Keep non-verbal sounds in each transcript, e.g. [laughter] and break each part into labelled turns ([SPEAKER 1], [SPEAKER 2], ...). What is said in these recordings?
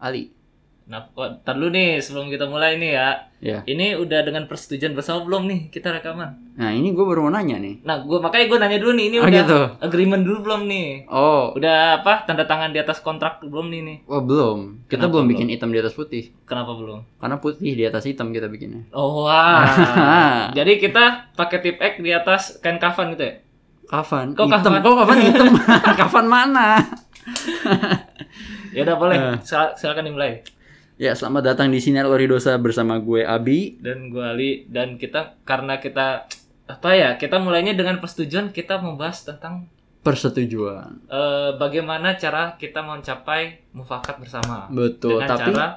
[SPEAKER 1] Ali.
[SPEAKER 2] Nah, kok ntar dulu nih sebelum kita mulai nih ya.
[SPEAKER 1] Ya.
[SPEAKER 2] Ini udah dengan persetujuan bersama belum nih kita rekaman?
[SPEAKER 1] Nah ini gue baru mau nanya nih.
[SPEAKER 2] Nah, gua makanya gue nanya dulu nih ini
[SPEAKER 1] Oh,
[SPEAKER 2] udah
[SPEAKER 1] gitu.
[SPEAKER 2] agreement dulu belum nih?
[SPEAKER 1] Oh,
[SPEAKER 2] Udah apa tanda tangan di atas kontrak belum nih nih?
[SPEAKER 1] oh belum. Kita
[SPEAKER 2] Kenapa
[SPEAKER 1] belum
[SPEAKER 2] belum?
[SPEAKER 1] bikin hitam di atas putih.
[SPEAKER 2] Kenapa belum?
[SPEAKER 1] Karena putih di atas hitam kita bikinnya. [laughs]
[SPEAKER 2] Oh, wah. Jadi kita pakai tip ek di atas kain kafan gitu ya?
[SPEAKER 1] Kafan.
[SPEAKER 2] Kok
[SPEAKER 1] hitam.
[SPEAKER 2] kafan?
[SPEAKER 1] Kok kafan hitam? [laughs] kafan mana?
[SPEAKER 2] Ya udah boleh.
[SPEAKER 1] Eh.
[SPEAKER 2] Sil- silakan dimulai.
[SPEAKER 1] Ya selamat datang di Sinar Loridosa bersama gue Abi.
[SPEAKER 2] Dan gue Ali dan kita karena kita apa ya? Kita mulainya dengan persetujuan kita membahas tentang
[SPEAKER 1] Persetujuan.
[SPEAKER 2] eh, bagaimana cara kita mencapai mufakat bersama.
[SPEAKER 1] Betul.
[SPEAKER 2] dengan
[SPEAKER 1] Gitu. Tapi
[SPEAKER 2] cara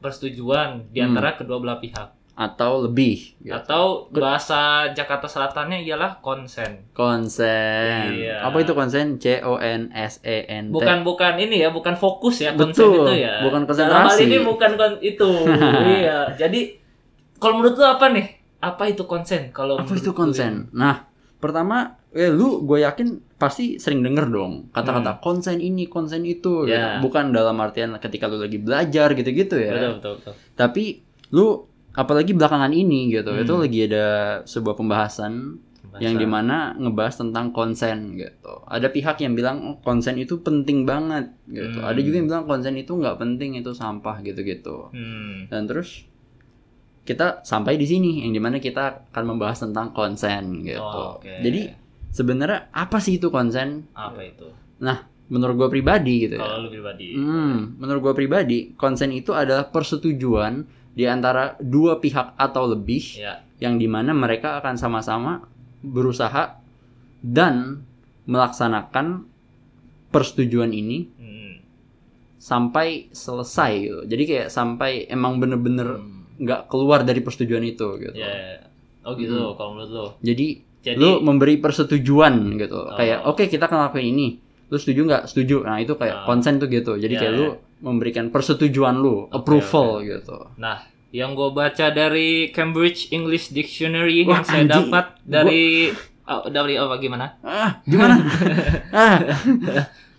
[SPEAKER 2] persetujuan di
[SPEAKER 1] Hmm.
[SPEAKER 2] antara kedua belah pihak
[SPEAKER 1] atau lebih. gitu.
[SPEAKER 2] atau bahasa Jakarta Selatannya ialah konsen
[SPEAKER 1] Konsen.
[SPEAKER 2] Iya.
[SPEAKER 1] Apa itu konsen? C O N S E N T.
[SPEAKER 2] bukan bukan ini ya bukan fokus ya konsen
[SPEAKER 1] Betul.
[SPEAKER 2] itu ya
[SPEAKER 1] Bukan
[SPEAKER 2] Dalam hal
[SPEAKER 1] konsentrasi.
[SPEAKER 2] ini bukan kon-
[SPEAKER 1] [laughs]
[SPEAKER 2] itu iya jadi kalau menurut lu apa nih apa itu konsen kalau
[SPEAKER 1] Apa
[SPEAKER 2] menurut
[SPEAKER 1] itu
[SPEAKER 2] lu ya?
[SPEAKER 1] konsen? Nah, pertama eh, lu gue yakin pasti sering denger dong kata-kata konsen ini, konsen itu. gitu.
[SPEAKER 2] Hmm. Ya.
[SPEAKER 1] Bukan dalam artian ketika lu lagi belajar gitu-gitu
[SPEAKER 2] ini?
[SPEAKER 1] ya.
[SPEAKER 2] betul betul, betul.
[SPEAKER 1] Tapi lu apalagi belakangan ini gitu,
[SPEAKER 2] Hmm.
[SPEAKER 1] itu lagi ada sebuah pembahasan yang
[SPEAKER 2] Bahasa.
[SPEAKER 1] dimana ngebahas tentang konsen gitu. Ada pihak yang bilang "Oh, konsen itu penting banget gitu.
[SPEAKER 2] Hmm.
[SPEAKER 1] Ada juga yang bilang konsen itu nggak penting itu sampah gitu-gitu.
[SPEAKER 2] hmm.
[SPEAKER 1] Dan terus kita sampai di sini yang dimana kita akan membahas tentang konsen gitu.
[SPEAKER 2] Oh, oke.
[SPEAKER 1] Jadi sebenarnya apa sih itu konsen?
[SPEAKER 2] apa itu
[SPEAKER 1] Menurut gue pribadi gitu ya.
[SPEAKER 2] kalau lu pribadi
[SPEAKER 1] Hmm, menurut gue pribadi konsen itu adalah persetujuan di antara dua pihak atau lebih
[SPEAKER 2] ya
[SPEAKER 1] yang dimana mereka akan sama-sama berusaha dan melaksanakan persetujuan ini
[SPEAKER 2] hmm.
[SPEAKER 1] sampai selesai gitu. Jadi kayak sampai emang bener-bener
[SPEAKER 2] Hmm.
[SPEAKER 1] nggak keluar dari persetujuan itu gitu.
[SPEAKER 2] ya oh gitu
[SPEAKER 1] Hmm.
[SPEAKER 2] kalau menurut lu
[SPEAKER 1] Jadi,
[SPEAKER 2] jadi
[SPEAKER 1] lu memberi persetujuan gitu.
[SPEAKER 2] Oh.
[SPEAKER 1] Kayak oke kita akan lakuin ini. Lu setuju nggak? Setuju. Nah, itu kayak
[SPEAKER 2] Ah.
[SPEAKER 1] konsen tuh gitu. Jadi
[SPEAKER 2] Ya,
[SPEAKER 1] kayak lu memberikan persetujuan lu,
[SPEAKER 2] Oke,
[SPEAKER 1] approval gitu.
[SPEAKER 2] Nah, yang gue baca dari Cambridge English Dictionary
[SPEAKER 1] Wah,
[SPEAKER 2] yang saya
[SPEAKER 1] anjing.
[SPEAKER 2] dapat dari oh, dari apa gimana?
[SPEAKER 1] Ah, gimana? [laughs] ah,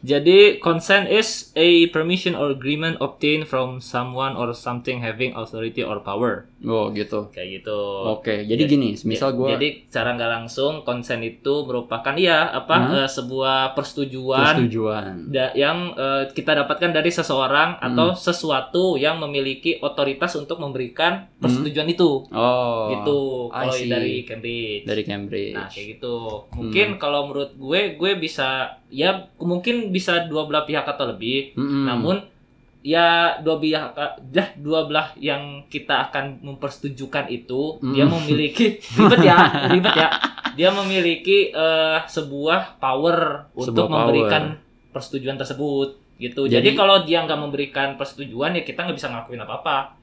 [SPEAKER 2] Jadi consent is a permission or agreement obtained from someone or something having authority or power.
[SPEAKER 1] oh gitu.
[SPEAKER 2] Kayak gitu.
[SPEAKER 1] Oke, jadi gini, misal
[SPEAKER 2] Ja-
[SPEAKER 1] gua
[SPEAKER 2] Jadi secara nggak langsung consent itu merupakan ya apa
[SPEAKER 1] Hmm.
[SPEAKER 2] eh, sebuah persetujuan
[SPEAKER 1] persetujuan.
[SPEAKER 2] da- yang eh, kita dapatkan dari seseorang
[SPEAKER 1] Hmm.
[SPEAKER 2] atau sesuatu yang memiliki otoritas untuk memberikan persetujuan itu.
[SPEAKER 1] Hmm? Oh.
[SPEAKER 2] gitu
[SPEAKER 1] I
[SPEAKER 2] kalau
[SPEAKER 1] see.
[SPEAKER 2] dari Cambridge.
[SPEAKER 1] Dari Cambridge.
[SPEAKER 2] Nah, kayak gitu. Mungkin
[SPEAKER 1] Hmm.
[SPEAKER 2] kalau menurut gue gue bisa ya mungkin bisa dua belah pihak atau lebih.
[SPEAKER 1] Mm-mm.
[SPEAKER 2] Namun ya dua pihak dah dua belah yang kita akan mempersetujukan itu
[SPEAKER 1] Mm.
[SPEAKER 2] dia memiliki
[SPEAKER 1] [laughs]
[SPEAKER 2] ribet ya, ribet ya. Dia memiliki eh, sebuah power
[SPEAKER 1] Sebuah
[SPEAKER 2] untuk
[SPEAKER 1] power.
[SPEAKER 2] memberikan persetujuan tersebut gitu. Jadi,
[SPEAKER 1] Jadi-
[SPEAKER 2] kalau dia nggak memberikan persetujuan ya kita nggak bisa ngakuin apa-apa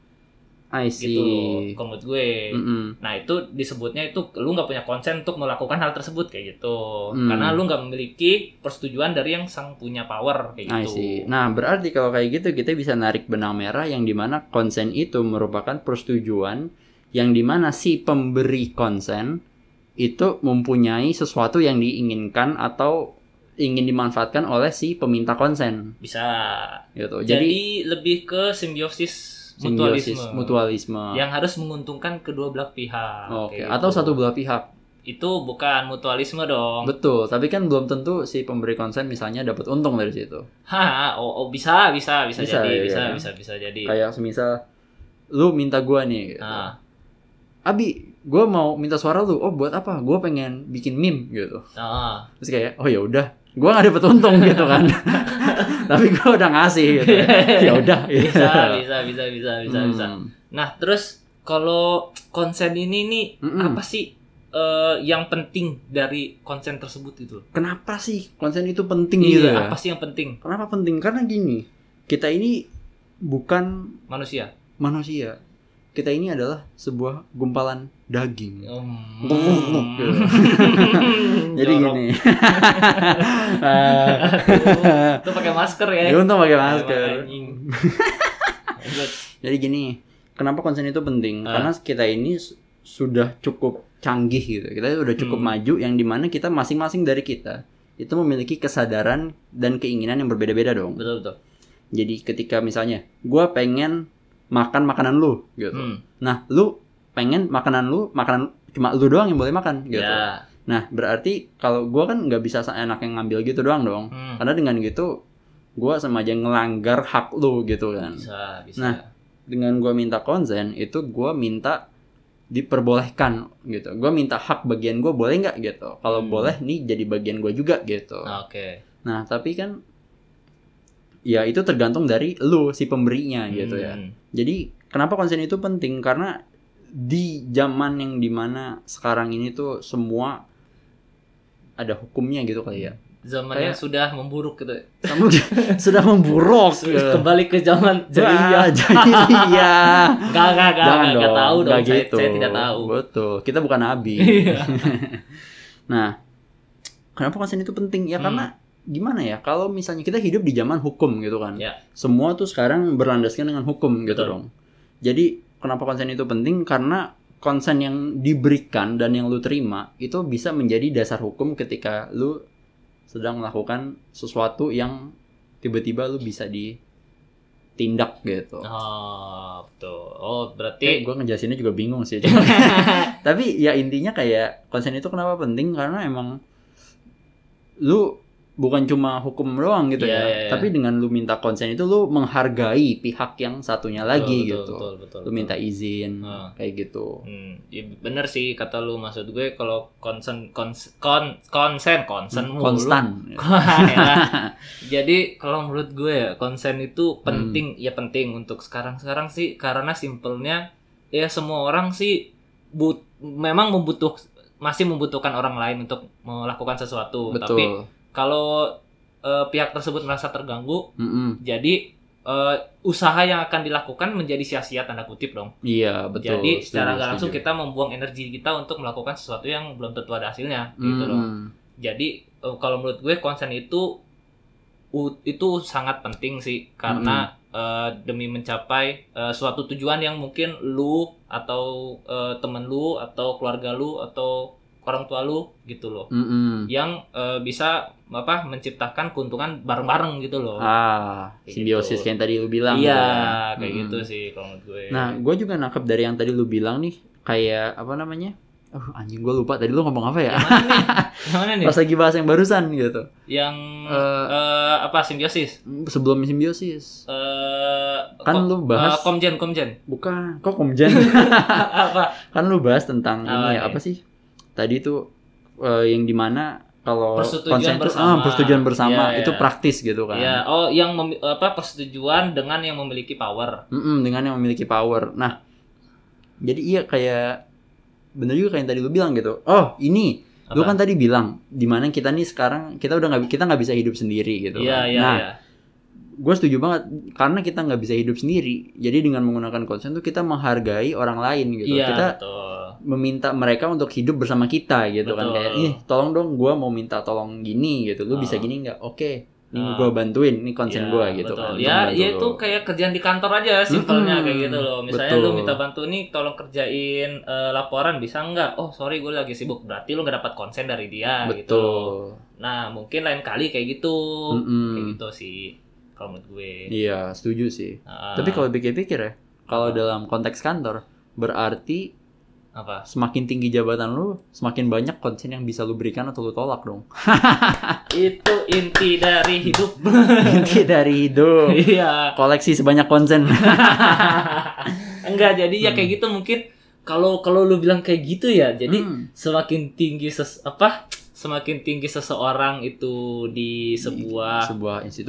[SPEAKER 1] I see.
[SPEAKER 2] gitu. Kalau menurut gue.
[SPEAKER 1] Hmm. Mm-mm.
[SPEAKER 2] Nah itu disebutnya itu lu nggak punya konsen untuk melakukan hal tersebut kayak gitu,
[SPEAKER 1] Hmm.
[SPEAKER 2] karena lu nggak memiliki persetujuan dari yang sang punya power kayak
[SPEAKER 1] I
[SPEAKER 2] gitu.
[SPEAKER 1] see. Nah, berarti kalau kayak gitu kita bisa narik benang merah yang dimana konsen itu merupakan persetujuan yang dimana si pemberi konsen itu mempunyai sesuatu yang diinginkan atau ingin dimanfaatkan oleh si peminta konsen
[SPEAKER 2] Bisa.
[SPEAKER 1] gitu.
[SPEAKER 2] Jadi,
[SPEAKER 1] Jadi,
[SPEAKER 2] lebih ke simbiosis,
[SPEAKER 1] simbiosis
[SPEAKER 2] mutualisme,
[SPEAKER 1] mutualisme.
[SPEAKER 2] yang harus menguntungkan kedua belah pihak.
[SPEAKER 1] Oke,
[SPEAKER 2] kayak
[SPEAKER 1] atau
[SPEAKER 2] gitu.
[SPEAKER 1] satu belah pihak.
[SPEAKER 2] Itu bukan mutualisme dong.
[SPEAKER 1] Betul, tapi kan belum tentu si pemberi konsen misalnya dapat untung dari situ.
[SPEAKER 2] Hah, oh, oh, bisa, bisa, bisa,
[SPEAKER 1] Bisa, iya,
[SPEAKER 2] jadi, bisa,
[SPEAKER 1] kan?
[SPEAKER 2] bisa, bisa jadi.
[SPEAKER 1] Kayak semisal lu minta gua nih. gitu.
[SPEAKER 2] Nah,
[SPEAKER 1] Abi, gue mau minta suara lu. Oh, buat apa? Gue pengen bikin meme gitu. [laughs]
[SPEAKER 2] nah,
[SPEAKER 1] Terus kayak, oh ya udah, gue nggak dapet untung gitu
[SPEAKER 2] [laughs]
[SPEAKER 1] kan. Tapi gue udah ngasih gitu. ya udah. gitu.
[SPEAKER 2] bisa, bisa, bisa, bisa, bisa,
[SPEAKER 1] Hmm.
[SPEAKER 2] bisa. Nah, terus kalau konsen ini nih
[SPEAKER 1] Mm-mm.
[SPEAKER 2] apa sih eh, yang penting dari konsen tersebut itu?
[SPEAKER 1] Kenapa sih konsen itu penting
[SPEAKER 2] Iya,
[SPEAKER 1] gitu ya?
[SPEAKER 2] apa sih yang penting
[SPEAKER 1] Kenapa penting? Karena gini, kita ini bukan
[SPEAKER 2] manusia?
[SPEAKER 1] manusia. Kita ini adalah sebuah gumpalan
[SPEAKER 2] Iya.
[SPEAKER 1] daging. Gitu. [laughs] Jadi
[SPEAKER 2] Jorok.
[SPEAKER 1] gini. [laughs] Eh,
[SPEAKER 2] Aduh, [laughs] Itu pakai masker ya.
[SPEAKER 1] ya untung pakai masker.
[SPEAKER 2] Emang
[SPEAKER 1] [laughs]
[SPEAKER 2] anjing. Lanjut.
[SPEAKER 1] Jadi gini, kenapa konsen itu penting?
[SPEAKER 2] Ah.
[SPEAKER 1] Karena kita ini su- sudah cukup canggih gitu. Kita sudah cukup
[SPEAKER 2] Hmm.
[SPEAKER 1] maju yang dimana kita masing-masing dari kita itu memiliki kesadaran dan keinginan yang berbeda-beda dong.
[SPEAKER 2] Betul betul.
[SPEAKER 1] Jadi ketika misalnya gua pengen makan makanan lu gitu.
[SPEAKER 2] Hmm.
[SPEAKER 1] Nah, lu pengen makanan lu, makanan cuma lu doang yang boleh makan gitu.
[SPEAKER 2] Ya.
[SPEAKER 1] Nah, berarti kalau gua kan nggak bisa seenaknya ngambil gitu doang dong.
[SPEAKER 2] Hmm.
[SPEAKER 1] Karena dengan gitu gua sama aja ngelanggar hak lu gitu kan.
[SPEAKER 2] Bisa, bisa.
[SPEAKER 1] Nah, Dengan gua minta konsen itu gua minta diperbolehkan gitu. Gua minta hak bagian gua boleh nggak gitu. Kalau
[SPEAKER 2] Hmm. Ah.
[SPEAKER 1] boleh nih jadi bagian gua juga gitu.
[SPEAKER 2] Oke.
[SPEAKER 1] Nah, tapi kan ya itu tergantung dari lu si pemberinya gitu ya.
[SPEAKER 2] Hmm.
[SPEAKER 1] Jadi kenapa konsen itu penting? Karena di zaman yang dimana sekarang ini tuh semua ada hukumnya gitu kali ya.
[SPEAKER 2] Hmm. Zaman
[SPEAKER 1] Kayak-
[SPEAKER 2] yang sudah memburuk gitu.
[SPEAKER 1] Kamu [laughs] sudah memburuk. gitu. ya,
[SPEAKER 2] Sudah Kembali ke
[SPEAKER 1] Iya.
[SPEAKER 2] zaman
[SPEAKER 1] Wah,
[SPEAKER 2] [laughs] jahiliyah.
[SPEAKER 1] jahiliyah.
[SPEAKER 2] Enggak, enggak, enggak,
[SPEAKER 1] Jangan
[SPEAKER 2] enggak
[SPEAKER 1] dong,
[SPEAKER 2] kan? tahu dong.
[SPEAKER 1] nggak
[SPEAKER 2] Saya,
[SPEAKER 1] gitu.
[SPEAKER 2] saya tidak tahu.
[SPEAKER 1] Betul. Kita bukan nabi.
[SPEAKER 2] Iya.
[SPEAKER 1] [laughs] nah, kenapa konsen itu penting? Ya
[SPEAKER 2] Hmm.
[SPEAKER 1] karena gimana ya? Kalau misalnya kita hidup di zaman hukum gitu kan.
[SPEAKER 2] Ya.
[SPEAKER 1] Semua tuh sekarang berlandaskan dengan hukum gitu
[SPEAKER 2] Betul.
[SPEAKER 1] dong. Jadi, kenapa konsen itu penting? Karena konsen yang diberikan dan yang lu terima itu bisa menjadi dasar hukum ketika lu sedang melakukan sesuatu yang tiba-tiba lu bisa ditindak gitu.
[SPEAKER 2] Oh, betul. Oh,
[SPEAKER 1] Eh,
[SPEAKER 2] berarti
[SPEAKER 1] gue ngejelasinnya juga bingung sih.
[SPEAKER 2] [laughs]
[SPEAKER 1] Cuma- Tapi ya intinya kayak konsen itu kenapa penting karena emang lu bukan cuma hukum doang gitu
[SPEAKER 2] Iya,
[SPEAKER 1] ya,
[SPEAKER 2] iya, iya.
[SPEAKER 1] tapi dengan lu minta konsen itu lu menghargai pihak yang satunya lagi
[SPEAKER 2] Betul,
[SPEAKER 1] gitu.
[SPEAKER 2] Betul, betul,
[SPEAKER 1] Lu
[SPEAKER 2] betul.
[SPEAKER 1] minta izin
[SPEAKER 2] Ah.
[SPEAKER 1] kayak gitu.
[SPEAKER 2] Hmm, ya bener sih kata lu maksud gue kalau konsen kons, kon, konsen konsen mulu.
[SPEAKER 1] Hmm,
[SPEAKER 2] [laughs]
[SPEAKER 1] Konstan. [laughs]
[SPEAKER 2] Ya. Jadi kalau menurut gue ya, konsen itu
[SPEAKER 1] Hmm.
[SPEAKER 2] penting ya penting untuk sekarang-sekarang sih karena simpelnya ya semua orang sih but, memang membutuh masih membutuhkan orang lain untuk melakukan sesuatu
[SPEAKER 1] Betul.
[SPEAKER 2] tapi kalau eh, pihak tersebut merasa terganggu
[SPEAKER 1] Mm-mm.
[SPEAKER 2] jadi eh, usaha yang akan dilakukan menjadi sia-sia tanda kutip dong
[SPEAKER 1] Iya, betul.
[SPEAKER 2] jadi
[SPEAKER 1] Setuju,
[SPEAKER 2] secara nggak langsung
[SPEAKER 1] setuju.
[SPEAKER 2] kita membuang energi kita untuk melakukan sesuatu yang belum tentu ada hasilnya gitu
[SPEAKER 1] Mm-mm.
[SPEAKER 2] loh. Jadi eh, kalau menurut gue konsen itu u- itu sangat penting sih karena
[SPEAKER 1] Hmm,
[SPEAKER 2] eh, demi mencapai eh, suatu tujuan yang mungkin lu atau eh, temen lu atau keluarga lu atau orang tua lu gitu loh
[SPEAKER 1] Mm-mm.
[SPEAKER 2] yang eh, bisa apa menciptakan keuntungan bareng-bareng gitu loh.
[SPEAKER 1] Ah,
[SPEAKER 2] Kayak
[SPEAKER 1] simbiosis
[SPEAKER 2] gitu.
[SPEAKER 1] kayak yang tadi lu bilang. gitu
[SPEAKER 2] iya,
[SPEAKER 1] ya.
[SPEAKER 2] kayak
[SPEAKER 1] Mm-mm.
[SPEAKER 2] gitu sih kalau menurut gue.
[SPEAKER 1] Nah, gue juga nangkep dari yang tadi lu bilang nih, kayak apa namanya? Oh, anjing gue lupa tadi lu ngomong
[SPEAKER 2] [laughs]
[SPEAKER 1] apa ya?
[SPEAKER 2] yang mana nih? Yang mana nih?
[SPEAKER 1] [laughs] Pas lagi bahas yang barusan gitu.
[SPEAKER 2] Yang
[SPEAKER 1] Eh,
[SPEAKER 2] eh, apa simbiosis?
[SPEAKER 1] sebelum simbiosis.
[SPEAKER 2] eh
[SPEAKER 1] Kan lu bahas
[SPEAKER 2] eh, komjen
[SPEAKER 1] [laughs]
[SPEAKER 2] komjen
[SPEAKER 1] bukan kok komjen.
[SPEAKER 2] [laughs]
[SPEAKER 1] [laughs]
[SPEAKER 2] apa
[SPEAKER 1] kan lu bahas tentang
[SPEAKER 2] Oh,
[SPEAKER 1] ini ya,
[SPEAKER 2] iya.
[SPEAKER 1] apa sih? Tadi tuh eh, yang dimana kalau tuh,
[SPEAKER 2] Persetujuan bersama.
[SPEAKER 1] ah, persetujuan bersama
[SPEAKER 2] Iya,
[SPEAKER 1] itu
[SPEAKER 2] iya.
[SPEAKER 1] praktis gitu kan.
[SPEAKER 2] ya oh yang mem- apa persetujuan dengan yang memiliki power
[SPEAKER 1] Mm-mm, dengan yang memiliki power. Nah, jadi iya kayak bener juga kayak yang tadi lu bilang gitu. Oh, ini lu kan
[SPEAKER 2] Apa?
[SPEAKER 1] tadi bilang dimana kita nih sekarang kita udah nggak kita nggak bisa hidup sendiri gitu.
[SPEAKER 2] iya
[SPEAKER 1] kan.
[SPEAKER 2] iya
[SPEAKER 1] nah,
[SPEAKER 2] iya
[SPEAKER 1] gue setuju banget karena kita nggak bisa hidup sendiri. Jadi dengan menggunakan konsen tuh kita menghargai orang lain gitu.
[SPEAKER 2] iya
[SPEAKER 1] Kita
[SPEAKER 2] betul
[SPEAKER 1] meminta mereka untuk hidup bersama kita gitu kan
[SPEAKER 2] Betul.
[SPEAKER 1] kayak ih tolong dong gue mau minta tolong gini gitu. Lu
[SPEAKER 2] Ah.
[SPEAKER 1] bisa gini nggak? Oke. Ini
[SPEAKER 2] Ah.
[SPEAKER 1] gue bantuin, ini konsen
[SPEAKER 2] Iya,
[SPEAKER 1] gue gitu
[SPEAKER 2] betul.
[SPEAKER 1] kan. Untuk
[SPEAKER 2] ya
[SPEAKER 1] membantu
[SPEAKER 2] ya
[SPEAKER 1] lu.
[SPEAKER 2] itu kayak kerjaan di kantor aja simpelnya
[SPEAKER 1] Mm-mm,
[SPEAKER 2] kayak gitu loh misalnya
[SPEAKER 1] betul.
[SPEAKER 2] lu minta bantu nih tolong kerjain eh, laporan bisa nggak oh sorry gue lagi sibuk berarti lu nggak dapat konsen dari dia gitu
[SPEAKER 1] betul.
[SPEAKER 2] nah mungkin lain kali kayak gitu
[SPEAKER 1] Mm-mm.
[SPEAKER 2] kayak gitu sih kalau menurut gue
[SPEAKER 1] Iya, setuju sih.
[SPEAKER 2] Ah,
[SPEAKER 1] Tapi kalau pikir-pikir ya, kalau
[SPEAKER 2] Apa?
[SPEAKER 1] dalam konteks kantor, berarti
[SPEAKER 2] apa
[SPEAKER 1] semakin tinggi jabatan lu, semakin banyak konsen yang bisa lu berikan atau lu tolak dong.
[SPEAKER 2] itu inti dari hidup
[SPEAKER 1] [laughs] Inti dari hidup.
[SPEAKER 2] iya [laughs]
[SPEAKER 1] Koleksi sebanyak konsen.
[SPEAKER 2] enggak jadi ya
[SPEAKER 1] Mm.
[SPEAKER 2] kayak gitu mungkin kalau kalau lu bilang kayak gitu ya jadi
[SPEAKER 1] Hmm.
[SPEAKER 2] semakin tinggi ses apa semakin tinggi seseorang itu di sebuah
[SPEAKER 1] sebuah institusi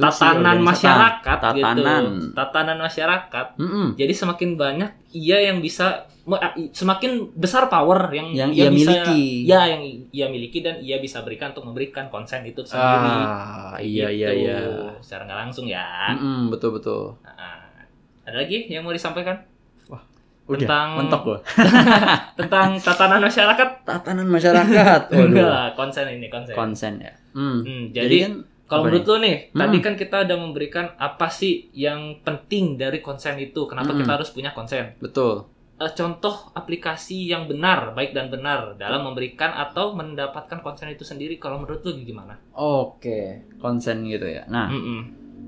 [SPEAKER 1] organisasi.
[SPEAKER 2] tatanan masyarakat
[SPEAKER 1] Tatanan.
[SPEAKER 2] gitu tatanan masyarakat
[SPEAKER 1] Mm-mm.
[SPEAKER 2] jadi semakin banyak ia yang bisa me- a- i- semakin besar power yang,
[SPEAKER 1] Hmm, Yang ia
[SPEAKER 2] bisa-
[SPEAKER 1] miliki.
[SPEAKER 2] ya yang i- ia miliki dan ia bisa berikan untuk memberikan konsen itu sendiri
[SPEAKER 1] Ah, iya
[SPEAKER 2] Gitu.
[SPEAKER 1] iya iya. Hmm.
[SPEAKER 2] secara nggak langsung ya
[SPEAKER 1] Mm-mm, betul betul.
[SPEAKER 2] Nah, ada lagi yang mau disampaikan
[SPEAKER 1] Udah,
[SPEAKER 2] tentang
[SPEAKER 1] mentok gua.
[SPEAKER 2] tentang tatanan masyarakat?
[SPEAKER 1] Tatanan masyarakat.
[SPEAKER 2] Enggak
[SPEAKER 1] [laughs] Waduh.
[SPEAKER 2] lah, konsen ini konsen.
[SPEAKER 1] Konsen ya. Hmm.
[SPEAKER 2] Hmm,
[SPEAKER 1] Jadi,
[SPEAKER 2] jadi
[SPEAKER 1] kan
[SPEAKER 2] kalau
[SPEAKER 1] apa
[SPEAKER 2] menurut lu nih,
[SPEAKER 1] Hmm.
[SPEAKER 2] tadi kan kita udah memberikan apa sih yang penting dari konsen itu? Kenapa
[SPEAKER 1] Hmm.
[SPEAKER 2] kita harus punya konsen?
[SPEAKER 1] betul.
[SPEAKER 2] Eh, contoh aplikasi yang benar, baik dan benar dalam memberikan atau mendapatkan konsen itu sendiri. Kalau menurut lu gimana? Hmm,
[SPEAKER 1] Oke, konsen gitu ya. Nah,
[SPEAKER 2] Mm-mm.